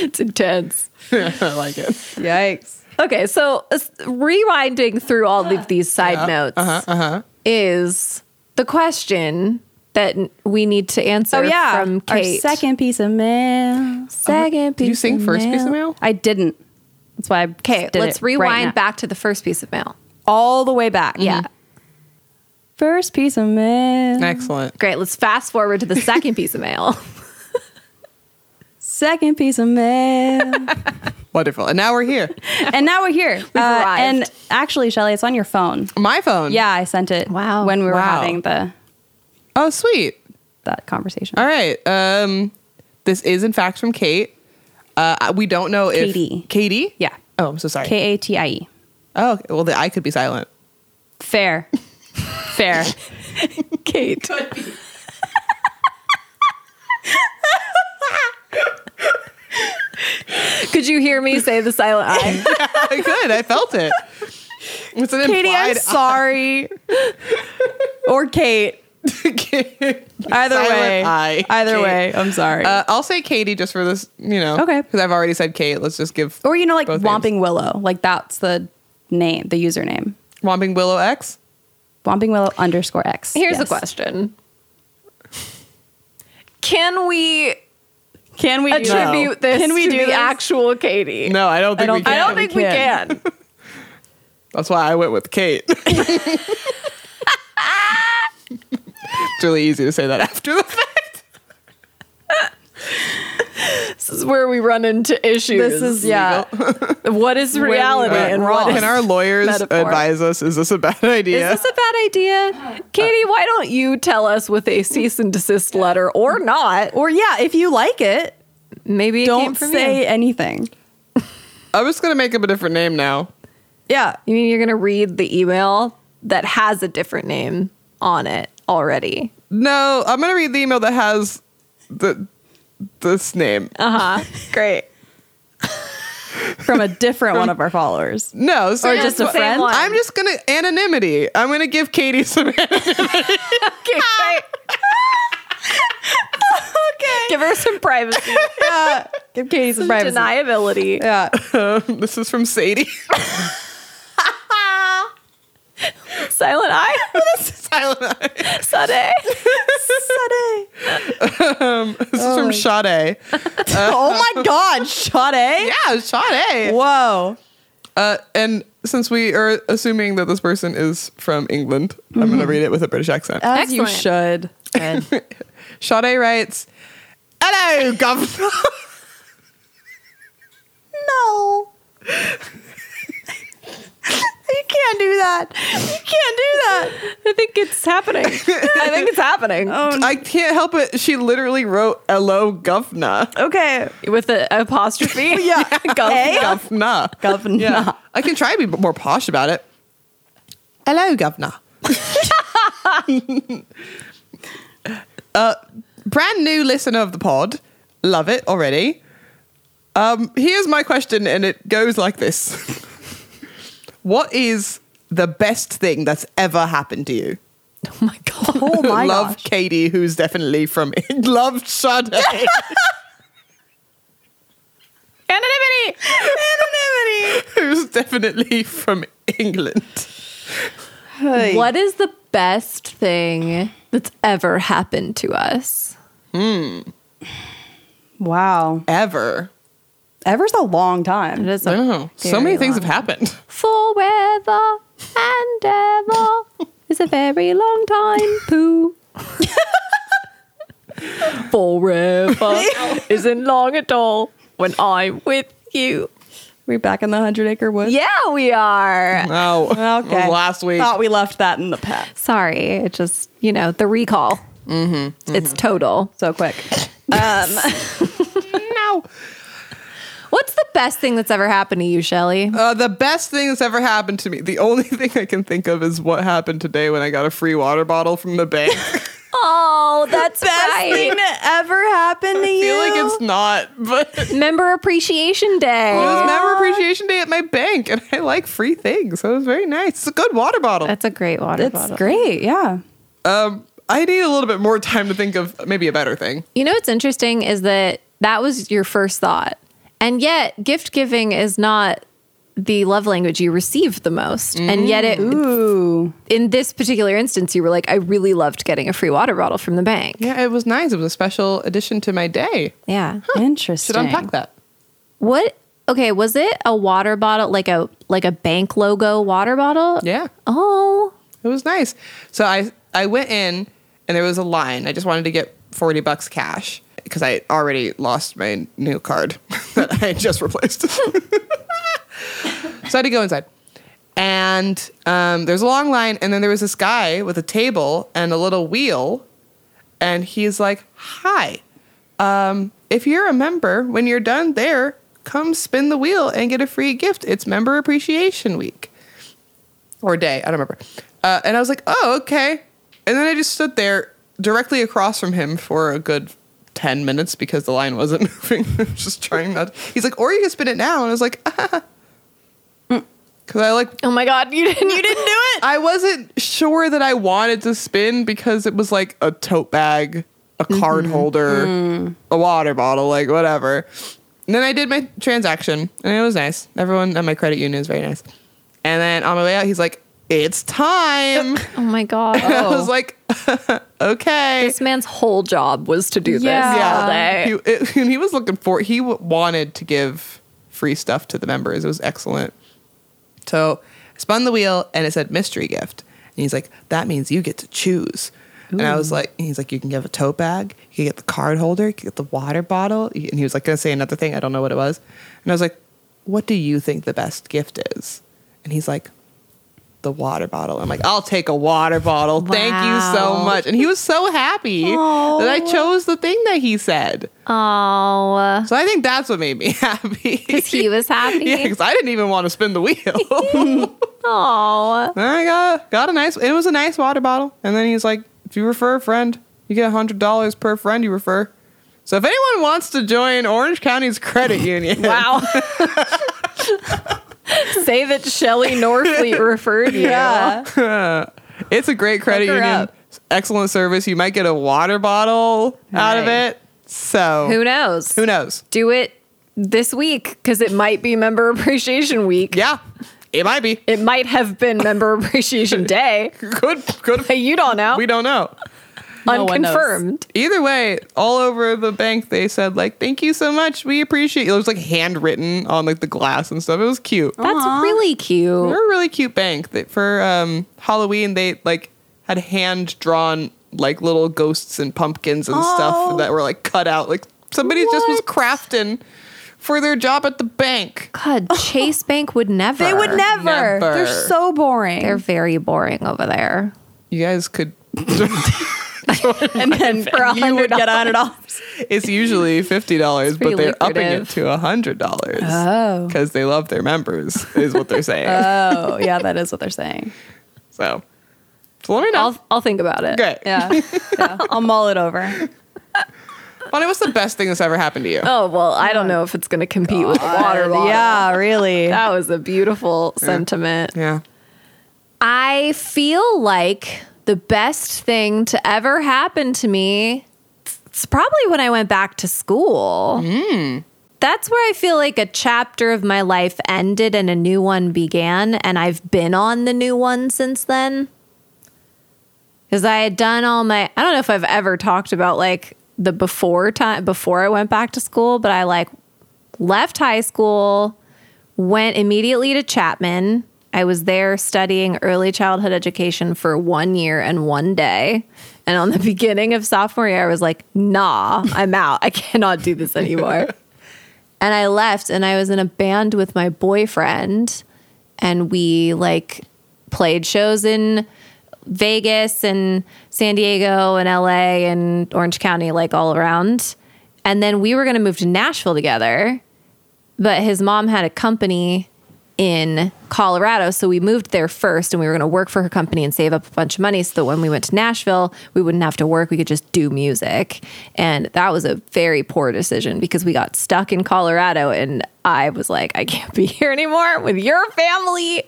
Speaker 5: it's intense.
Speaker 4: I like it.
Speaker 3: Yikes.
Speaker 5: Okay, so uh, rewinding through all of these side notes Uh-huh. is the question that n- we need to answer
Speaker 3: Oh yeah.
Speaker 5: from Kate. Uh-huh.
Speaker 3: Our second piece of mail.
Speaker 5: second piece
Speaker 4: Do you sing first piece of mail?
Speaker 3: I didn't. That's why I
Speaker 5: Okay,
Speaker 3: did
Speaker 5: let's
Speaker 3: it right
Speaker 5: rewind
Speaker 3: now.
Speaker 5: back Mm-hmm. to the first piece of mail.
Speaker 3: all the way back.
Speaker 5: Yeah.
Speaker 3: First piece of mail.
Speaker 4: Excellent.
Speaker 5: Great, let's fast forward to the second piece of mail.
Speaker 3: Second piece of mail.
Speaker 4: Wonderful. And now we're here.
Speaker 3: and now we're here. Uh,
Speaker 5: arrived.
Speaker 3: and actually, Shelly, it's on your phone.
Speaker 4: My phone.
Speaker 3: Yeah, I sent it.
Speaker 5: Wow.
Speaker 3: When we were
Speaker 4: Wow.
Speaker 3: having the
Speaker 4: Oh, sweet.
Speaker 3: that conversation.
Speaker 4: All right. Um, this is in fact from Kate. Uh, we don't know if
Speaker 3: Katie.
Speaker 4: Katie.
Speaker 3: Yeah.
Speaker 4: Oh, I'm so sorry.
Speaker 3: K A T I E.
Speaker 4: Oh, well, the I could be silent.
Speaker 3: Fair. Fair.
Speaker 5: Kate. Could you hear me say the silent I?
Speaker 4: I could. I felt it. It's an
Speaker 3: Katie, I'm
Speaker 4: implied.
Speaker 3: sorry. or Kate. Either
Speaker 4: Silent
Speaker 3: way.
Speaker 4: I.
Speaker 3: Either
Speaker 4: Kate.
Speaker 3: way. I'm sorry.
Speaker 4: Uh, I'll say Katie just for this, you know.
Speaker 3: Okay.
Speaker 4: Because I've already said Kate. Let's just give
Speaker 3: or you know, like
Speaker 4: both
Speaker 3: Womping Willow. Like that's the name, the username.
Speaker 4: Womping Willow X.
Speaker 3: Womping Willow underscore X.
Speaker 5: Here's a
Speaker 3: Yes.
Speaker 5: question. Can we
Speaker 3: Can we do that?
Speaker 5: attribute this
Speaker 3: Can we
Speaker 5: to
Speaker 3: do
Speaker 5: the
Speaker 3: this?
Speaker 5: actual Katie?
Speaker 4: No, I don't think we
Speaker 3: don't
Speaker 4: can.
Speaker 5: I don't
Speaker 3: we
Speaker 5: think we
Speaker 3: can.
Speaker 5: can.
Speaker 4: That's why I went with Kate. it's really easy to say that after the fact.
Speaker 5: this is is where we run into issues.
Speaker 3: This is yeah.
Speaker 5: what is
Speaker 3: we
Speaker 5: reality
Speaker 3: went
Speaker 5: and
Speaker 3: wrong.
Speaker 5: what is
Speaker 4: Uh, Can our lawyers
Speaker 5: metaphor.
Speaker 4: advise us? Is this a bad idea?
Speaker 5: Is this a bad idea? Katie, why don't you tell us with a cease and desist letter or not?
Speaker 3: Or yeah, if you like it,
Speaker 5: Maybe it came
Speaker 3: don't
Speaker 5: from
Speaker 3: say
Speaker 5: you.
Speaker 3: anything.
Speaker 4: I'm just gonna make up a different name now.
Speaker 3: Yeah.
Speaker 5: You mean you're going to read the email that has a different name on it already?
Speaker 4: No, I'm gonna read the email that has the this name.
Speaker 5: Uh huh. Great.
Speaker 3: From a different one of our followers.
Speaker 4: no, so
Speaker 3: Or just a
Speaker 5: the same
Speaker 3: friend.
Speaker 5: one.
Speaker 4: I'm just gonna anonymity. I'm gonna give Katie some.
Speaker 5: Okay, great. okay. Give her some privacy,
Speaker 3: Yeah. Give Katie some privacy.
Speaker 5: deniability.
Speaker 3: Yeah.
Speaker 4: this is from Sadie.
Speaker 5: Silent eye.
Speaker 4: Silent Eye.
Speaker 5: Sade.
Speaker 3: Sade.
Speaker 4: This is from Sade.
Speaker 3: oh my god, Sade?
Speaker 4: Yeah, Sade.
Speaker 3: Whoa.
Speaker 4: Uh, and since we are assuming that this person is from England, I'm
Speaker 5: Mm-hmm.
Speaker 4: going to read it with a British accent.
Speaker 3: As you should.
Speaker 5: Excellent.
Speaker 4: Sade writes, Hello, governor.
Speaker 3: No. you can't do that. You can't do that.
Speaker 5: I think it's happening. I think it's happening.
Speaker 3: Oh,
Speaker 4: I can't help it. She literally wrote, Hello, governor.
Speaker 3: Okay.
Speaker 5: With an apostrophe.
Speaker 3: Yeah.
Speaker 5: Gov-
Speaker 3: Eh?
Speaker 5: gov-
Speaker 4: Governor.
Speaker 3: Governor.
Speaker 4: Yeah. I can try to be more posh about it. Hello, governor. uh, brand new listener of the pod. Love it already. Um, here's my question, and it goes like this What is the best thing that's ever happened to you?
Speaker 5: Oh my god.
Speaker 3: Oh my
Speaker 4: Love
Speaker 3: gosh.
Speaker 4: Katie, who's definitely from Love Sade.
Speaker 5: Anonymity. Anonymity.
Speaker 4: who's definitely from England.
Speaker 5: What is the best thing that's ever happened to us?
Speaker 3: Wow.
Speaker 4: Ever.
Speaker 3: Ever's a long time.
Speaker 5: It is
Speaker 4: I
Speaker 5: a
Speaker 4: don't know. So many
Speaker 3: Very
Speaker 4: things
Speaker 3: long.
Speaker 4: have happened.
Speaker 5: forever and ever is a very long time. Pooh. forever isn't long at all when I'm with you.
Speaker 3: We back in the hundred acre woods.
Speaker 5: Yeah, we are.
Speaker 4: No.
Speaker 3: Okay.
Speaker 4: Oh,
Speaker 3: Oh.
Speaker 4: Last week.
Speaker 3: Thought we left that in the past.
Speaker 5: Sorry, it just you know the recall. It's total.
Speaker 3: So quick. Um,
Speaker 4: No.
Speaker 5: What's the best thing that's ever happened to you, Shelly?
Speaker 4: Uh, the best thing that's ever happened to me. The only thing I can think of is what happened today when I got a free water bottle from the bank.
Speaker 5: Oh, that's right.
Speaker 3: that ever happened to
Speaker 4: I feel like it's not, but it
Speaker 5: Member Appreciation Day.
Speaker 4: was Member Appreciation Day at my bank, and I like free things. So it was very nice. It's a good water bottle.
Speaker 5: That's a great water
Speaker 3: It's
Speaker 5: bottle.
Speaker 3: great. Yeah.
Speaker 4: um, I need a little bit more time to think of maybe a better thing.
Speaker 5: You know what's interesting is that that was your first thought. And yet, gift giving is not the love language you receive the most. And yet, it,
Speaker 3: Ooh.
Speaker 5: in this particular instance, you were like, I really loved getting a free water bottle from the bank.
Speaker 4: Yeah, it was nice. It was a special addition to my day.
Speaker 5: Yeah.
Speaker 3: Interesting.
Speaker 4: Should unpack that.
Speaker 5: What? Okay, was it a water bottle like a like a bank logo water bottle?
Speaker 4: Yeah.
Speaker 5: Oh,
Speaker 4: It was nice. So I I went in and there was a line. I just wanted to get 40 bucks cash because I already lost my new card that I had just replaced. so I had to go inside. And um, there's a long line, and then there was this guy with a table and a little wheel, and he's like, "Hi, um, if you're a member, when you're done there, come spin the wheel and get a free gift. It's Member Appreciation Week." or day. I don't remember. Uh, and I was like, oh, okay. And then I just stood there directly across from him for a good 10 minutes because the line wasn't moving. I was just trying not. He's like, or you can spin it now. And I was like, ah. Because I like,
Speaker 5: oh my God! You didn't you didn't do it.
Speaker 4: I wasn't sure that I wanted to spin because it was like a tote bag, a
Speaker 5: Mm-hmm.
Speaker 4: card holder,
Speaker 5: Mm.
Speaker 4: a water bottle, like whatever. And then I did my transaction and it was nice. Everyone at my credit union is very nice. And then on my way out, he's like, it's time.
Speaker 5: Oh my God!
Speaker 4: I was like, okay.
Speaker 5: this man's whole job was to do this
Speaker 3: Yeah.
Speaker 5: all day.
Speaker 4: He, it- and he was looking for, he w- wanted to give free stuff to the members. It was excellent. So I spun the wheel and it said mystery gift. And he's like, that means you get to choose. And I was like, and he's like, you can get a tote bag, you can get the card holder, you can get the water bottle. And he was like, gonna say another thing. I don't know what it was. And I was like, what do you think the best gift is? And he's like, the water bottle. I'm like, I'll take a water bottle. Thank you so
Speaker 5: Wow.
Speaker 4: much. And he was so happy that I chose the thing that he said.
Speaker 3: Uh.
Speaker 5: Oh,
Speaker 4: So I think that's what made me happy.
Speaker 5: because he was happy.
Speaker 4: yeah, because I didn't even want to spin the wheel.
Speaker 5: Oh,
Speaker 4: And I got got a nice. It was a nice water bottle. And then he's like, if you refer a friend, you get hundred dollars per friend you refer. So if anyone wants to join Orange County's credit union,
Speaker 3: Wow. Say that Shelly Norfleet referred you. Yeah.
Speaker 4: it's a great credit
Speaker 3: Hook her
Speaker 4: union.
Speaker 3: up.
Speaker 4: Excellent service. You might get a water bottle out of
Speaker 3: Right.
Speaker 4: it. So
Speaker 5: who knows?
Speaker 4: who knows?
Speaker 5: Do it this week because it might be Member Appreciation Week.
Speaker 4: Yeah, it might be.
Speaker 5: It might have been Member Appreciation Day.
Speaker 4: Good, good.
Speaker 5: You don't know.
Speaker 4: We don't know.
Speaker 3: No one knows.
Speaker 5: Unconfirmed.
Speaker 4: Either way, all over the bank they said like, "Thank you so much. We appreciate." you. It was like handwritten on like the glass and stuff. It was cute.
Speaker 3: Oh.
Speaker 5: That's really cute.
Speaker 4: They're a really cute bank that for um, Halloween they like had hand drawn like little ghosts and pumpkins and
Speaker 3: Oh.
Speaker 4: stuff that were like cut out. Like somebody just was
Speaker 3: What?
Speaker 4: crafting for their job at the bank.
Speaker 5: God, Chase Bank would never.
Speaker 3: They would never.
Speaker 4: Never.
Speaker 3: They're so boring.
Speaker 5: They're very boring over there.
Speaker 4: You guys could.
Speaker 3: and then for a
Speaker 5: You would get
Speaker 3: dollars.
Speaker 4: It's usually fifty dollars,
Speaker 5: pretty
Speaker 4: but they're upping it
Speaker 5: lucrative.
Speaker 4: to hundred dollars
Speaker 3: Oh.
Speaker 4: because they love their members, is what they're saying.
Speaker 3: Oh, yeah, that is what they're saying.
Speaker 4: so, so let me know.
Speaker 5: I'll I'll think about it.
Speaker 4: okay.
Speaker 3: Yeah. yeah. I'll mull it over.
Speaker 4: Bonnie, what's the best thing that's ever happened to you?
Speaker 5: Oh well, I don't know if it's going to compete with the water bottle.
Speaker 3: Yeah, really.
Speaker 5: that was a beautiful sentiment.
Speaker 4: Yeah.
Speaker 5: I feel like the best thing to ever happen to me. It's probably when I went back to school. That's where I feel like a chapter of my life ended and a new one began, and I've been on the new one since then. Because I had done all my, I don't know if I've ever talked about like the before time, before I went back to school, but I like left high school, went immediately to Chapman. I was there studying early childhood education for one year and one day. And on the beginning of sophomore year, I was like, nah, I'm out. I cannot do this anymore. and I left and I was in a band with my boyfriend and we like played shows in Vegas and San Diego and LA and Orange County, like all around. And then we were going to move to Nashville together, but his mom had a company in Colorado. So we moved there first and we were going to work for her company and save up a bunch of money so that when we went to Nashville, we wouldn't have to work. We could just do music. And that was a very poor decision because we got stuck in Colorado and I was like, I can't be here anymore with your family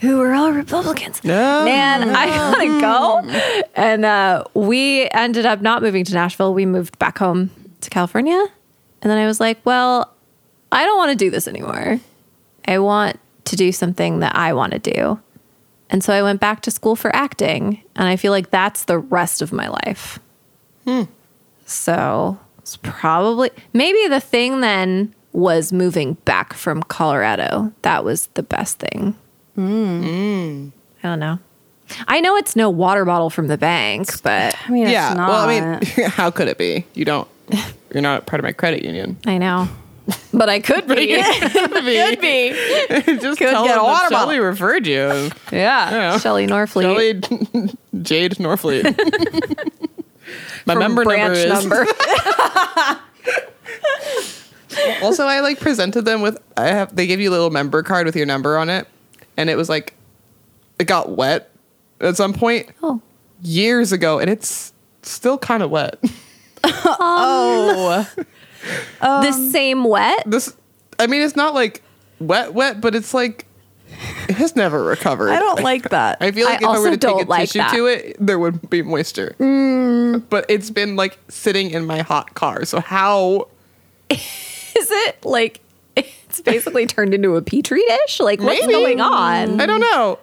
Speaker 5: who were all Republicans.
Speaker 4: No.
Speaker 5: Man, I gotta go. And uh, we ended up not moving to Nashville. We moved back home to California. And then I was like, well, I don't want to do this anymore. I want to do something that I want to do. And so I went back to school for acting. And I feel like that's the rest of my life. Hmm. So it's probably, maybe the thing then was moving back from Colorado. That was the best thing. I don't know. I know it's no water bottle from the bank, but
Speaker 3: I mean, it's
Speaker 4: yeah.
Speaker 3: not.
Speaker 4: Well, I mean, how could it be? You don't. You're not part of my credit union.
Speaker 5: I know. But I could be.
Speaker 4: could
Speaker 5: be.
Speaker 4: Just
Speaker 3: Could
Speaker 4: tell
Speaker 3: get
Speaker 4: them
Speaker 3: a
Speaker 4: that
Speaker 3: water
Speaker 4: Shelly referred you.
Speaker 3: yeah.
Speaker 4: Yeah.
Speaker 5: Shelly Norfleet.
Speaker 4: Shelly Jade Norfleet. My
Speaker 5: from
Speaker 4: member number
Speaker 5: branch
Speaker 4: is. Also, I like presented them with. I have. They give you a little member card with your number on it, and it was like, it got wet at some point
Speaker 5: oh.
Speaker 4: years ago, and it's still kind of wet.
Speaker 3: Oh.
Speaker 5: the same wet?
Speaker 4: This, I mean, it's not like wet, wet, but it's like it has never recovered.
Speaker 3: I don't like that.
Speaker 4: I feel
Speaker 5: I
Speaker 4: like if I
Speaker 5: also
Speaker 4: were to take a
Speaker 5: don't like
Speaker 4: tissue
Speaker 5: that. Mm.
Speaker 4: to it, there would be moisture. But it's been like sitting in my hot car. So how?
Speaker 5: Is it like it's basically turned into a petri dish? Like what's
Speaker 4: Maybe.
Speaker 5: going on?
Speaker 4: I don't know.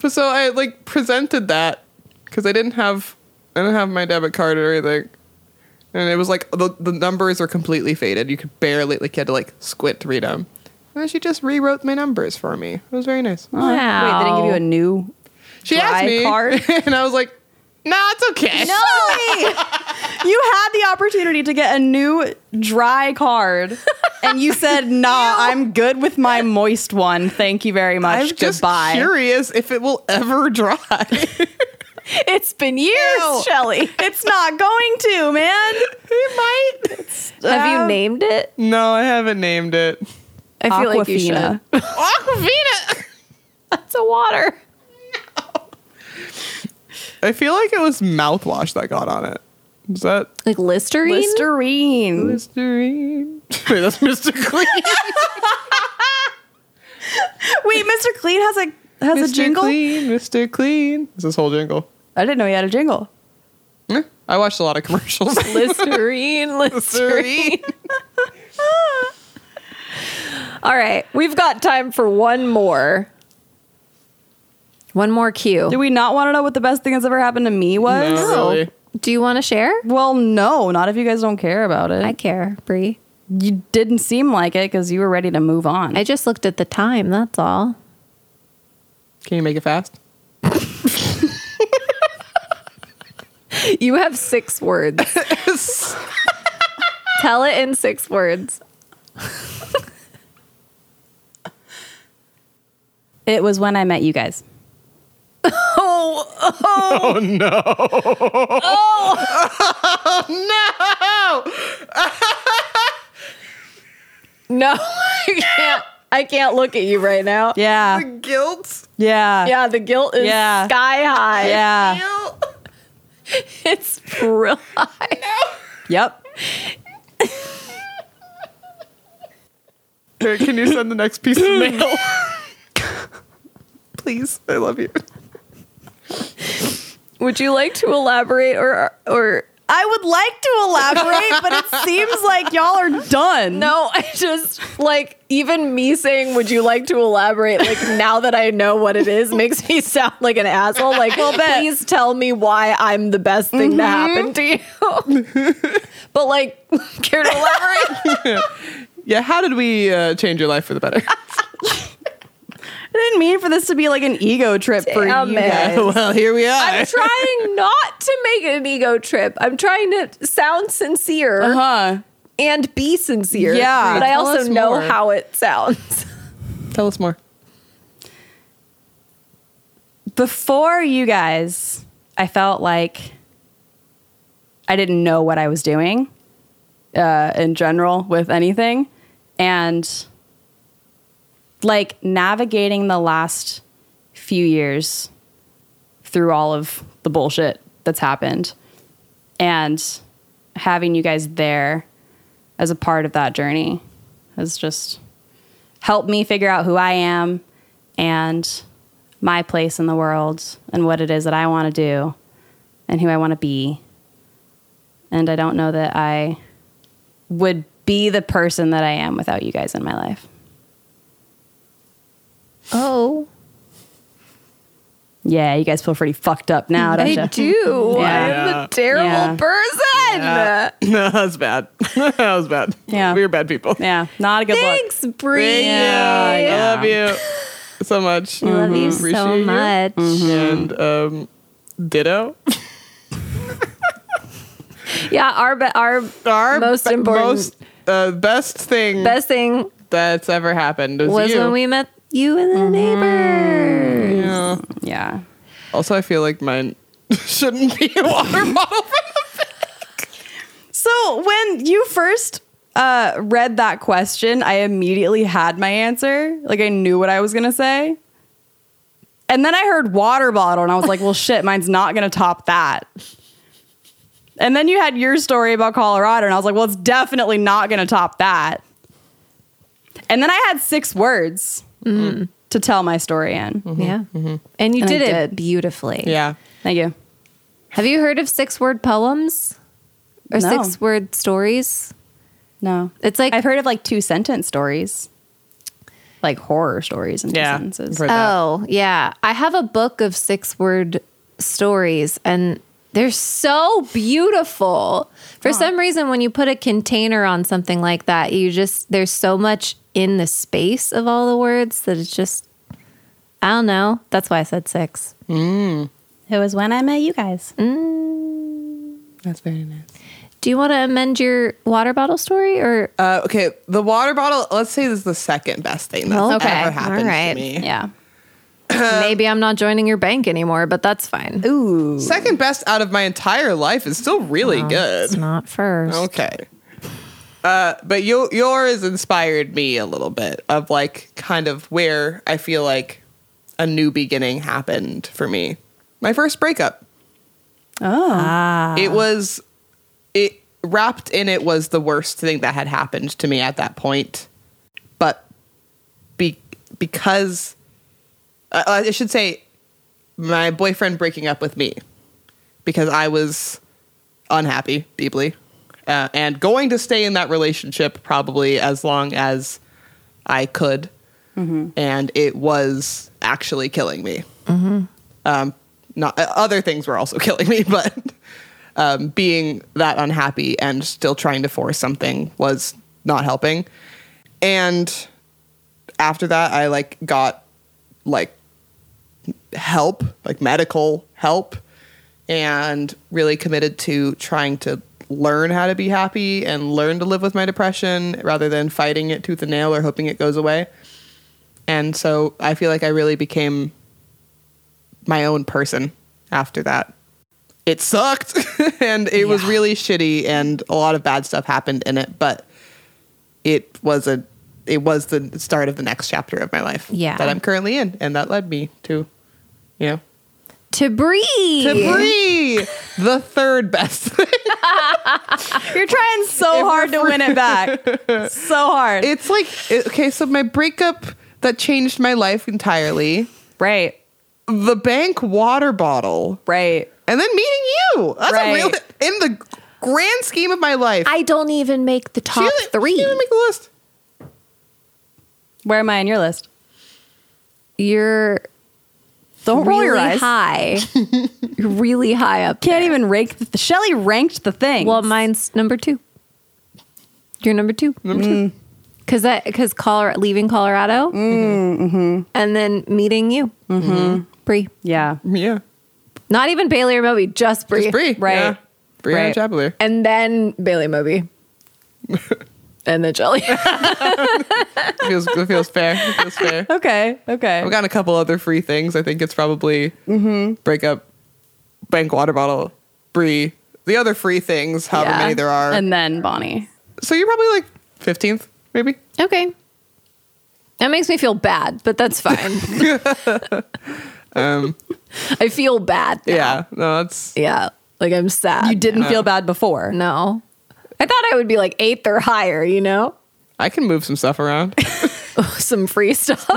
Speaker 4: But so I like presented that because I didn't have I didn't have my debit card or anything, and it was like the the numbers are completely faded. You could barely like you had to like squint to read them. And then she just rewrote my numbers for me. It was very nice.
Speaker 5: Wow.
Speaker 3: Wait, they didn't give you a new.
Speaker 4: She asked
Speaker 3: Dry
Speaker 4: me,
Speaker 3: card?
Speaker 4: and I was like, No, it's okay.
Speaker 3: Shelly! you had the opportunity to get a new dry card, and you said, "Nah, I'm good with my moist one. Thank you very much.
Speaker 4: I'm just
Speaker 3: Goodbye."
Speaker 4: curious if it will ever dry.
Speaker 5: It's been years.
Speaker 3: Yes, Shelly. It's not going to, man.
Speaker 4: it might.
Speaker 5: Have you
Speaker 3: Um,
Speaker 5: named it?
Speaker 4: No, I haven't named it.
Speaker 5: Uh, I feel like you should.
Speaker 3: Aquafina.
Speaker 4: Aquavina.
Speaker 5: That's a water.
Speaker 4: I feel like it was mouthwash that got on it. Is that
Speaker 5: Like Listerine?
Speaker 3: Listerine.
Speaker 4: Listerine? Wait, that's Mr. Clean.
Speaker 3: Wait, Mr. Clean has a has a
Speaker 4: Mr.
Speaker 3: jingle.
Speaker 4: Clean, Mr. Clean. It's this whole jingle.
Speaker 3: I didn't know he had a jingle.
Speaker 4: Eh, I watched a lot of commercials.
Speaker 5: Listerine, Listerine.
Speaker 4: Listerine.
Speaker 5: All right, we've got time for one more. One more cue.
Speaker 3: Do we not want to know what the best thing that's ever happened to me was?
Speaker 4: No, really.
Speaker 5: Do you want to share?
Speaker 3: Well, no, not if you guys don't care about it.
Speaker 5: I care, Brie.
Speaker 3: you didn't seem like it because you were ready to move on.
Speaker 5: I just looked at the time, that's all.
Speaker 4: Can you make it fast?
Speaker 5: You have six words. Tell it in six words.
Speaker 3: it was when I met you guys.
Speaker 5: No, I can't. I can't look at you right now.
Speaker 3: Yeah.
Speaker 4: Guilt.
Speaker 3: Yeah.
Speaker 5: Yeah, the guilt is
Speaker 3: Yeah.
Speaker 5: sky high.
Speaker 3: Yeah.
Speaker 5: It's real high.
Speaker 3: Yep.
Speaker 4: Here, can you send the next piece of mail? Please, I love you.
Speaker 5: Would you like to elaborate or or
Speaker 3: I would like to elaborate, but it seems like y'all are done.
Speaker 5: No, I just like even me saying, "Would you like to elaborate?" Like now that I know what it is, makes me sound like an asshole. Like, please tell me why I'm the best thing to
Speaker 3: Mm-hmm.
Speaker 5: happen to you. but like, care to elaborate?
Speaker 4: Yeah, how did we uh, change your life for the better?
Speaker 3: I didn't mean for this to be like an ego trip for
Speaker 5: Damn
Speaker 3: you
Speaker 5: it.
Speaker 3: guys.
Speaker 4: well, here we
Speaker 5: I'm
Speaker 4: are.
Speaker 5: trying not to make it an ego trip. I'm trying to sound sincere
Speaker 3: Huh.
Speaker 5: and be sincere.
Speaker 3: Yeah.
Speaker 5: but I
Speaker 4: Tell us
Speaker 5: also know
Speaker 4: more.
Speaker 5: how it sounds.
Speaker 4: Tell us more.
Speaker 3: Before you guys, I felt like I didn't know what I was doing uh, in general with anything. And like navigating the last few years through all of the bullshit that's happened and having you guys there as a part of that journey has just helped me figure out who I am and my place in the world and what it is that I want to do and who I want to be. And I don't know that I would be the person that I am without you guys in my life.
Speaker 5: Oh,
Speaker 3: Yeah, you guys feel pretty fucked up now, don't you?
Speaker 5: I do. I'm
Speaker 4: Yeah.
Speaker 5: a terrible
Speaker 3: Yeah.
Speaker 5: person.
Speaker 4: no, that was bad. that was bad.
Speaker 3: Yeah.
Speaker 4: We were bad people.
Speaker 3: Yeah, not a good look.
Speaker 5: Thanks, Bree.
Speaker 3: Yeah,
Speaker 4: I
Speaker 3: yeah.
Speaker 4: love you so much.
Speaker 5: I love you so
Speaker 4: Appreciate you.
Speaker 5: much.
Speaker 3: Mm-hmm.
Speaker 4: And um, ditto.
Speaker 5: Yeah, our be- our
Speaker 4: Our
Speaker 5: Most
Speaker 4: be-
Speaker 5: important-
Speaker 4: most, uh, best thing
Speaker 5: best thing
Speaker 4: that's ever happened is
Speaker 5: was
Speaker 4: you.
Speaker 5: when we met you and the neighbor.
Speaker 4: Yeah.
Speaker 3: Yeah.
Speaker 4: Also, I feel like mine shouldn't be a water bottle.
Speaker 3: So when you first uh, read that question, I immediately had my answer. Like I knew what I was gonna say. And then I heard water bottle, and I was like, "Well, shit, mine's not gonna top that." And then you had your story about Colorado, and I was like, "Well, it's definitely not gonna top that." And then I had six words to tell my story in.
Speaker 5: Yeah. And you
Speaker 3: And I
Speaker 5: did, it
Speaker 3: did.
Speaker 5: beautifully.
Speaker 4: yeah.
Speaker 3: Thank you.
Speaker 5: Have you heard of six word poems or
Speaker 3: No.
Speaker 5: six word stories?
Speaker 3: No,
Speaker 5: It's like
Speaker 3: I've heard of like two sentence stories, like horror stories and two
Speaker 4: Yeah.
Speaker 3: sentences.
Speaker 4: I've heard that.
Speaker 5: Oh, yeah. I have a book of six word stories and they're so beautiful. For some reason, when you put a container on something like that, you just, there's so much in the space of all the words that it's just, I don't know. That's why I said six.
Speaker 3: It was when I met you guys.
Speaker 4: That's very nice.
Speaker 5: Do you want to amend your water bottle story or
Speaker 4: Uh, okay, the water bottle. Let's say this is the second best thing that's
Speaker 5: Okay,
Speaker 4: ever happened
Speaker 5: alright.
Speaker 4: to me.
Speaker 3: Yeah.
Speaker 5: maybe I'm not joining your bank anymore, but that's fine.
Speaker 3: Uh-huh. Ooh.
Speaker 4: Second best out of my entire life is still really
Speaker 5: It's
Speaker 4: good.
Speaker 5: not first.
Speaker 3: Oh.
Speaker 4: Okay. Uh, but you, yours inspired me a little bit of like kind of where I feel like a new beginning happened for me. My first breakup.
Speaker 3: Oh.
Speaker 4: it was it wrapped in it was the worst thing that had happened to me at that point but be, because uh, i should say my boyfriend breaking up with me because i was unhappy deeply uh, and going to stay in that relationship probably as long as i could and it was actually killing me um, not uh, other things were also killing me, but um, being that unhappy and still trying to force something was not helping. And after that, I like got like help, like medical help, and really committed to trying to learn how to be happy and learn to live with my depression rather than fighting it tooth and nail or hoping it goes away. And so I feel like I really became my own person after that. It sucked and it was really shitty and a lot of bad stuff happened in it, but it was a it was the start of the next chapter of my life
Speaker 5: Yeah.
Speaker 4: that I'm currently in and that led me to you know
Speaker 5: To breathe.
Speaker 4: to Bree, the third best thing.
Speaker 3: You're trying so hard to win it back. So hard.
Speaker 4: It's like it- okay, so my breakup that changed my life entirely,
Speaker 3: right.
Speaker 4: the bank water bottle,
Speaker 3: Right.
Speaker 4: and then meeting you. That's a
Speaker 3: Right.
Speaker 4: real in the grand scheme of my life.
Speaker 5: I don't even make the
Speaker 4: She
Speaker 5: top
Speaker 4: didn't-
Speaker 5: three.
Speaker 4: She didn't make the list.
Speaker 3: Where am I on your list?
Speaker 5: You're
Speaker 3: Don't roll your
Speaker 5: really
Speaker 3: eyes.
Speaker 5: high. You're really high up.
Speaker 3: Can't even rank. The th- Shelly ranked the thing.
Speaker 5: Well, mine's number two. You're number two. Number two. Because that because Color leaving Colorado, and then meeting you, mm-hmm. Bree.
Speaker 3: yeah.
Speaker 4: Yeah,
Speaker 5: Not even Bailey or Moby, just Bree.
Speaker 4: it's Bree.
Speaker 3: Right.
Speaker 4: yeah. Bree
Speaker 3: Right.
Speaker 4: and Chapelier.
Speaker 5: and then Bailey Moby, and then Jelly.
Speaker 4: It feels it feels fair. It feels fair.
Speaker 3: Okay. Okay.
Speaker 4: I've gotten a couple other free things. I think it's probably breakup, bank water bottle, Bree. The other free things, however
Speaker 5: Yeah.
Speaker 4: many there are.
Speaker 3: And then Bonnie.
Speaker 4: so you're probably like fifteenth, maybe.
Speaker 5: okay, that makes me feel bad, but that's fine. I feel bad. now.
Speaker 4: Um, Yeah. No, that's
Speaker 5: yeah, like I'm sad.
Speaker 3: You didn't feel bad before.
Speaker 5: No, I thought I would be like eighth or higher. You know.
Speaker 4: I can move some stuff around.
Speaker 5: some free stuff.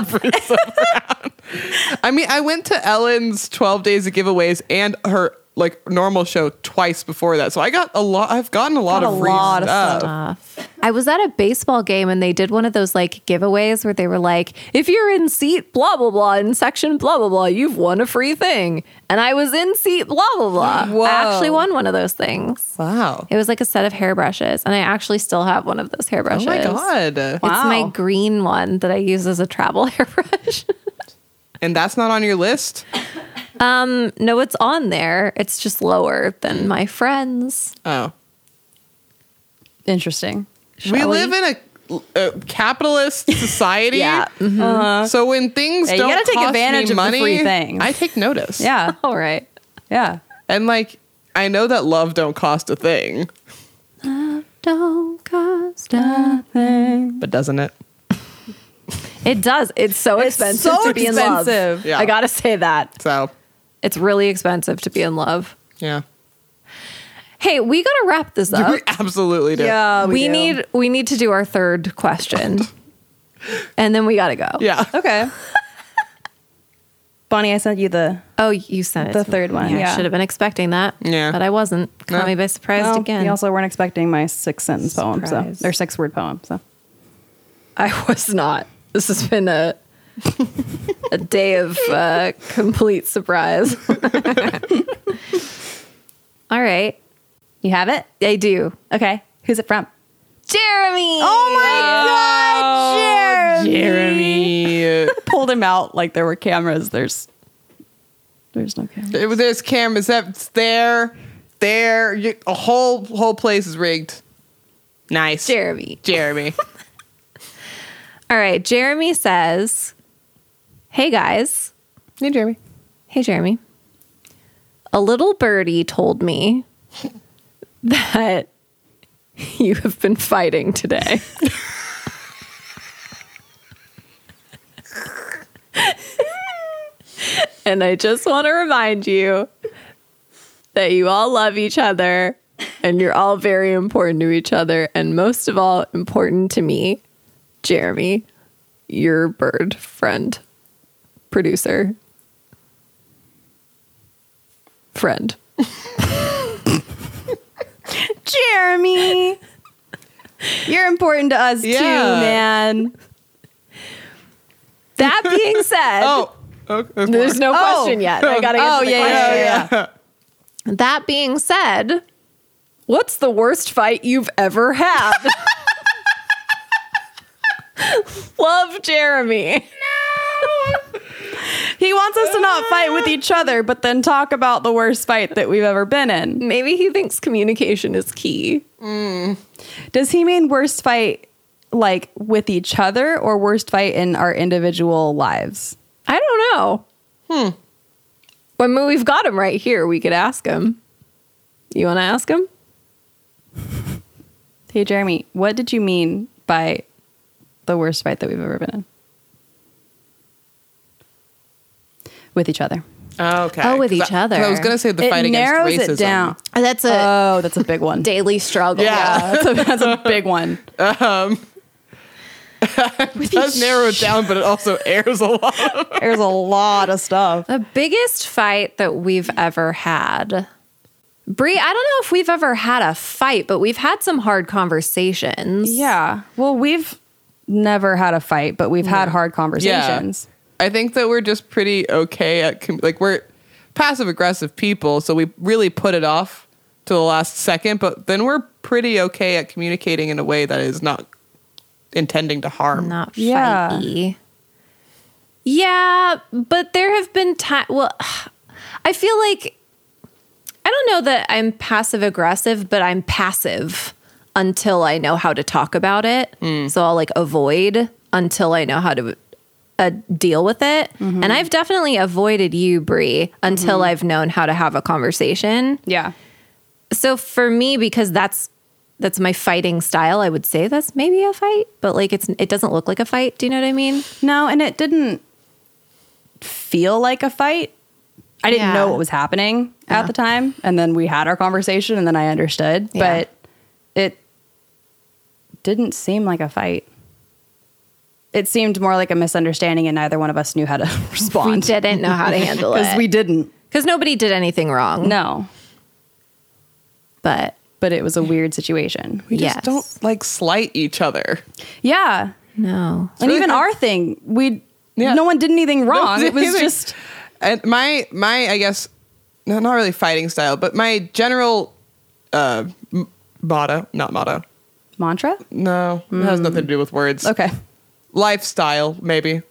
Speaker 4: I mean, I went to Ellen's 12 days of giveaways and her like normal show twice before that. So I got a lot I've gotten a lot
Speaker 3: Got
Speaker 4: of
Speaker 3: a
Speaker 4: free
Speaker 3: lot of
Speaker 4: stuff.
Speaker 5: I was at a baseball game and they did one of those like giveaways where they were like, if you're in seat blah blah blah in section blah blah blah, you've won a free thing. And I was in seat blah blah blah.
Speaker 3: Whoa.
Speaker 5: I actually won one of those things.
Speaker 4: Wow.
Speaker 5: It was like a set of hairbrushes, and I actually still have one of those
Speaker 4: Oh
Speaker 5: hairbrushes.
Speaker 4: my god.
Speaker 5: It's my
Speaker 3: Wow.
Speaker 5: green one that I use as a travel hairbrush.
Speaker 4: And that's not on your list?
Speaker 5: no, it's on there. It's just lower than my friends.
Speaker 4: Oh.
Speaker 3: Interesting.
Speaker 4: we
Speaker 5: Shall we?
Speaker 4: live in a, a capitalist society. Uh-huh.
Speaker 5: Yeah.
Speaker 4: So when things
Speaker 3: Mm-hmm. Yeah,
Speaker 4: don't
Speaker 3: you gotta take
Speaker 4: cost
Speaker 3: advantage of
Speaker 4: me
Speaker 3: the
Speaker 4: money,
Speaker 3: free things.
Speaker 4: I take notice.
Speaker 3: Yeah.
Speaker 5: All right.
Speaker 3: Yeah.
Speaker 4: And like I know that love don't cost a thing,
Speaker 5: Don't cost a
Speaker 4: but doesn't it?
Speaker 5: It does. It's so expensive
Speaker 3: so
Speaker 5: to be in love.
Speaker 3: expensive.
Speaker 4: Yeah.
Speaker 5: I gotta say that.
Speaker 4: So,
Speaker 5: It's really expensive to be in love.
Speaker 4: yeah.
Speaker 5: Hey, we gotta wrap this up.
Speaker 4: we absolutely do.
Speaker 3: Uh, Yeah.
Speaker 5: we
Speaker 3: do.
Speaker 5: need we need to do our third question. and then we gotta go.
Speaker 4: Yeah.
Speaker 3: Okay. Bonnie, I sent you the.
Speaker 5: Oh, you sent it.
Speaker 3: The
Speaker 5: to
Speaker 3: third
Speaker 5: me.
Speaker 3: one, yeah.
Speaker 5: I should have been expecting that.
Speaker 4: Yeah.
Speaker 5: But I wasn't. Caught
Speaker 4: No.
Speaker 5: me by surprise
Speaker 3: Well,
Speaker 5: again.
Speaker 3: You also weren't expecting my six sentence poem, so
Speaker 5: Surprise.
Speaker 3: or six word poem. So
Speaker 5: I was not. This has been a a day of uh, complete surprise. All right.
Speaker 3: you have it.
Speaker 5: I do.
Speaker 3: Okay. Who's it from?
Speaker 5: Jeremy.
Speaker 3: Oh my God,
Speaker 4: Jeremy.
Speaker 3: Pulled him out like there were cameras. There's There's no camera.
Speaker 4: There- There's cameras that's there, there. You, a whole whole place is rigged. Nice,
Speaker 5: Jeremy.
Speaker 4: Jeremy.
Speaker 5: All right. Jeremy says, Hey guys.
Speaker 4: hey, Jeremy.
Speaker 5: Hey, Jeremy. A little birdie told me that you have been fighting today. and I just want to remind you that you all love each other and you're all very important to each other. And most of all, important to me, Jeremy, your bird friend, producer, friend.
Speaker 3: Jeremy, you're important to us
Speaker 4: Yeah.
Speaker 3: too, man.
Speaker 5: That being said,
Speaker 4: Oh, okay.
Speaker 5: there's no
Speaker 3: Oh.
Speaker 5: question yet. I gotta get
Speaker 3: Oh,
Speaker 5: to the
Speaker 3: yeah,
Speaker 5: question.
Speaker 3: yeah,
Speaker 5: That being said, what's the worst fight you've ever had? Love Jeremy.
Speaker 3: He wants us to not fight with each other, but then talk about the worst fight that we've ever been in.
Speaker 5: Maybe he thinks communication is key.
Speaker 3: Does he mean worst fight like with each other or worst fight in our individual lives?
Speaker 5: I don't know. Hmm. When we've got him right here, we could ask him. You want to ask him?
Speaker 3: Hey, Jeremy, what did you mean by the worst fight that we've ever been in? With each other.
Speaker 4: Oh, okay.
Speaker 5: Oh, with
Speaker 4: 'Cause
Speaker 5: each
Speaker 4: I, 'cause
Speaker 5: other.
Speaker 4: I was gonna say the
Speaker 3: It
Speaker 4: fight
Speaker 3: narrows
Speaker 4: against racism.
Speaker 3: it down.
Speaker 5: That's
Speaker 3: Oh, that's a big one.
Speaker 5: daily struggle.
Speaker 4: Yeah.
Speaker 3: that's, a, that's a big one.
Speaker 4: It does narrow it down, but it also airs a lot.
Speaker 3: There's a lot of stuff.
Speaker 5: The biggest fight that we've ever had. Brie, I don't know if we've ever had a fight, but we've had some hard conversations.
Speaker 3: Yeah. Well, we've never had a fight, but we've had hard conversations.
Speaker 4: I think that we're just pretty okay at com- like we're passive aggressive people, so we really put it off to the last second, but then we're pretty okay at communicating in a way that is not intending to harm.
Speaker 5: Not
Speaker 3: Yeah.
Speaker 5: fighty. Yeah, but there have been times. Well, I feel like I don't know that I'm passive aggressive, but I'm passive until I know how to talk about it. So I'll like avoid until I know how to uh, deal with it. And I've definitely avoided you, Brie, until I've known how to have a conversation.
Speaker 3: Yeah.
Speaker 5: So for me, because that's that's my fighting style, I would say that's maybe a fight, but like it's it doesn't look like a fight. Do you know what I mean?
Speaker 3: No, and it didn't feel like a fight. I didn't
Speaker 5: Yeah.
Speaker 3: know what was happening at the time. And then we had our conversation and then I understood.
Speaker 5: Yeah.
Speaker 3: But it didn't seem like a fight. It seemed more like a misunderstanding and neither one of us knew how to
Speaker 5: We
Speaker 3: respond.
Speaker 5: didn't know how to handle
Speaker 3: Because
Speaker 5: it
Speaker 3: we didn't.
Speaker 5: because nobody did anything wrong.
Speaker 3: No.
Speaker 5: but
Speaker 3: But it was a weird situation.
Speaker 4: We just
Speaker 5: Yes.
Speaker 4: don't like slight each other.
Speaker 3: Yeah.
Speaker 5: no,
Speaker 3: and
Speaker 4: really
Speaker 3: even
Speaker 4: good.
Speaker 3: our thing, we
Speaker 4: Yeah.
Speaker 3: no one did anything wrong.
Speaker 4: did
Speaker 3: Oh, it was
Speaker 4: anything.
Speaker 3: just
Speaker 4: And my my I guess no, not really fighting style, but my general uh m- motto, not motto.
Speaker 3: mantra.
Speaker 4: No, it has nothing to do with words.
Speaker 3: Mm. Okay,
Speaker 4: lifestyle maybe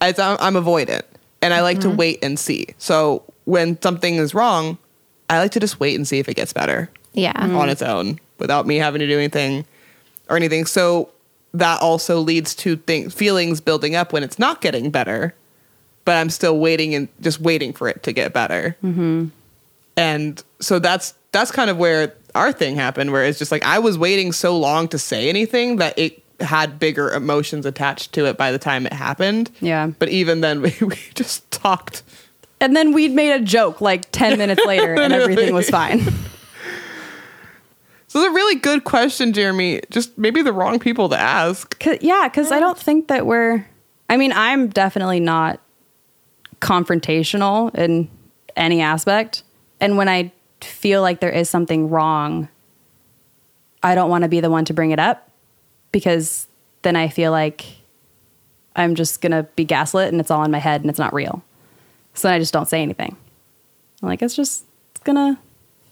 Speaker 4: as I'm, I'm avoidant and i
Speaker 3: Mm-hmm.
Speaker 4: like to wait and see so when something is wrong i like to just wait and see if it gets better
Speaker 5: yeah,
Speaker 4: on its own without me having to do anything or anything so that also leads to things feelings building up when it's not getting better but i'm still waiting and just waiting for it to get better and so that's that's kind of where our thing happened where it's just like i was waiting so long to say anything that it had bigger emotions attached to it by the time it happened
Speaker 3: Yeah.
Speaker 4: but even then we, we just talked
Speaker 3: and then we made a joke like ten minutes later, and everything was fine.
Speaker 4: so it's a really good question jeremy just maybe the wrong people to ask
Speaker 3: Cause, yeah, because I don't think that we're. I mean, I'm definitely not confrontational in any aspect, and when I feel like there is something wrong, I don't want to be the one to bring it up because then I feel like I'm just gonna be gaslit and it's all in my head and it's not real. So then I just don't say anything. I'm like it's just it's gonna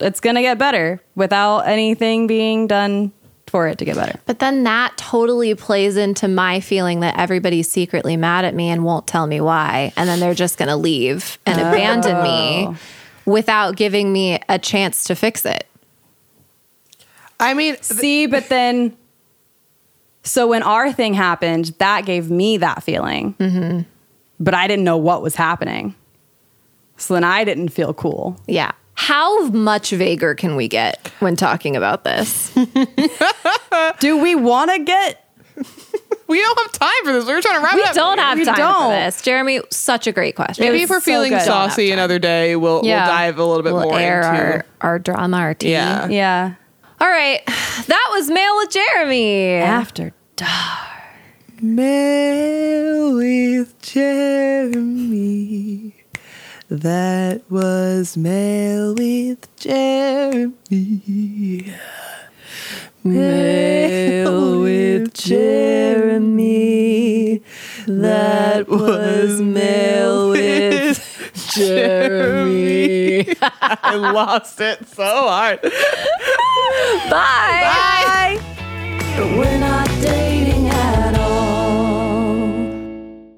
Speaker 3: it's gonna get better without anything being done for it to get better.
Speaker 5: But then that totally plays into my feeling that everybody's secretly mad at me and won't tell me why. And then they're just going to leave and abandon me without giving me a chance to fix it.
Speaker 4: I mean,
Speaker 3: See, but then, so when our thing happened, that gave me that feeling. Mm-hmm. But I didn't know what was happening. So then I didn't feel cool.
Speaker 5: Yeah. How much vaguer can we get when talking about this?
Speaker 3: Do we want to get
Speaker 4: we don't have time for this. We were trying to wrap
Speaker 5: We
Speaker 4: it up.
Speaker 5: don't have
Speaker 3: we
Speaker 5: time
Speaker 3: don't.
Speaker 5: for this. Jeremy, such a great question.
Speaker 4: Maybe if we're
Speaker 3: so
Speaker 4: feeling
Speaker 3: good.
Speaker 4: saucy another day, we'll we'll dive a little bit
Speaker 5: We'll
Speaker 4: more
Speaker 5: air
Speaker 4: into.
Speaker 5: our, our drama, our tea.
Speaker 4: yeah.
Speaker 3: yeah
Speaker 5: All right. That was Mail with Jeremy.
Speaker 3: after
Speaker 4: Mail with Jeremy. That was Mail with Jeremy. Mail with Jeremy. That was Mail with Jeremy. I lost it so hard.
Speaker 5: Bye.
Speaker 4: Bye.
Speaker 1: We're not dating at all.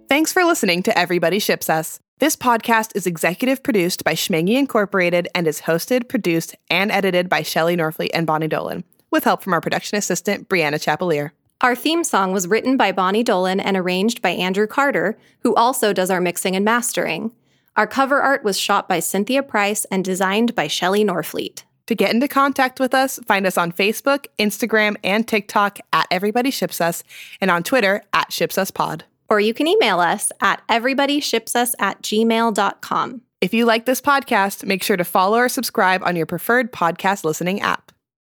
Speaker 4: Thanks for listening to Everybody Ships Us. This podcast is executive produced by Schmangy Incorporated and is hosted, produced, and edited by Shelley Norfleet and Bonnie Dolan, with help from our production assistant, Brianna Chapelier.
Speaker 6: Our theme song was written by Bonnie Dolan and arranged by Andrew Carter, who also does our mixing and mastering. Our cover art was shot by Cynthia Price and designed by Shelley Norfleet.
Speaker 4: To get into contact with us, find us on Facebook, Instagram, and TikTok at Everybody Ships Us, and on Twitter at Ships Us Pod.
Speaker 6: Or you can email us at everybodyshipsus at gmail.com.
Speaker 4: If you like this podcast, make sure to follow or subscribe on your preferred podcast listening app.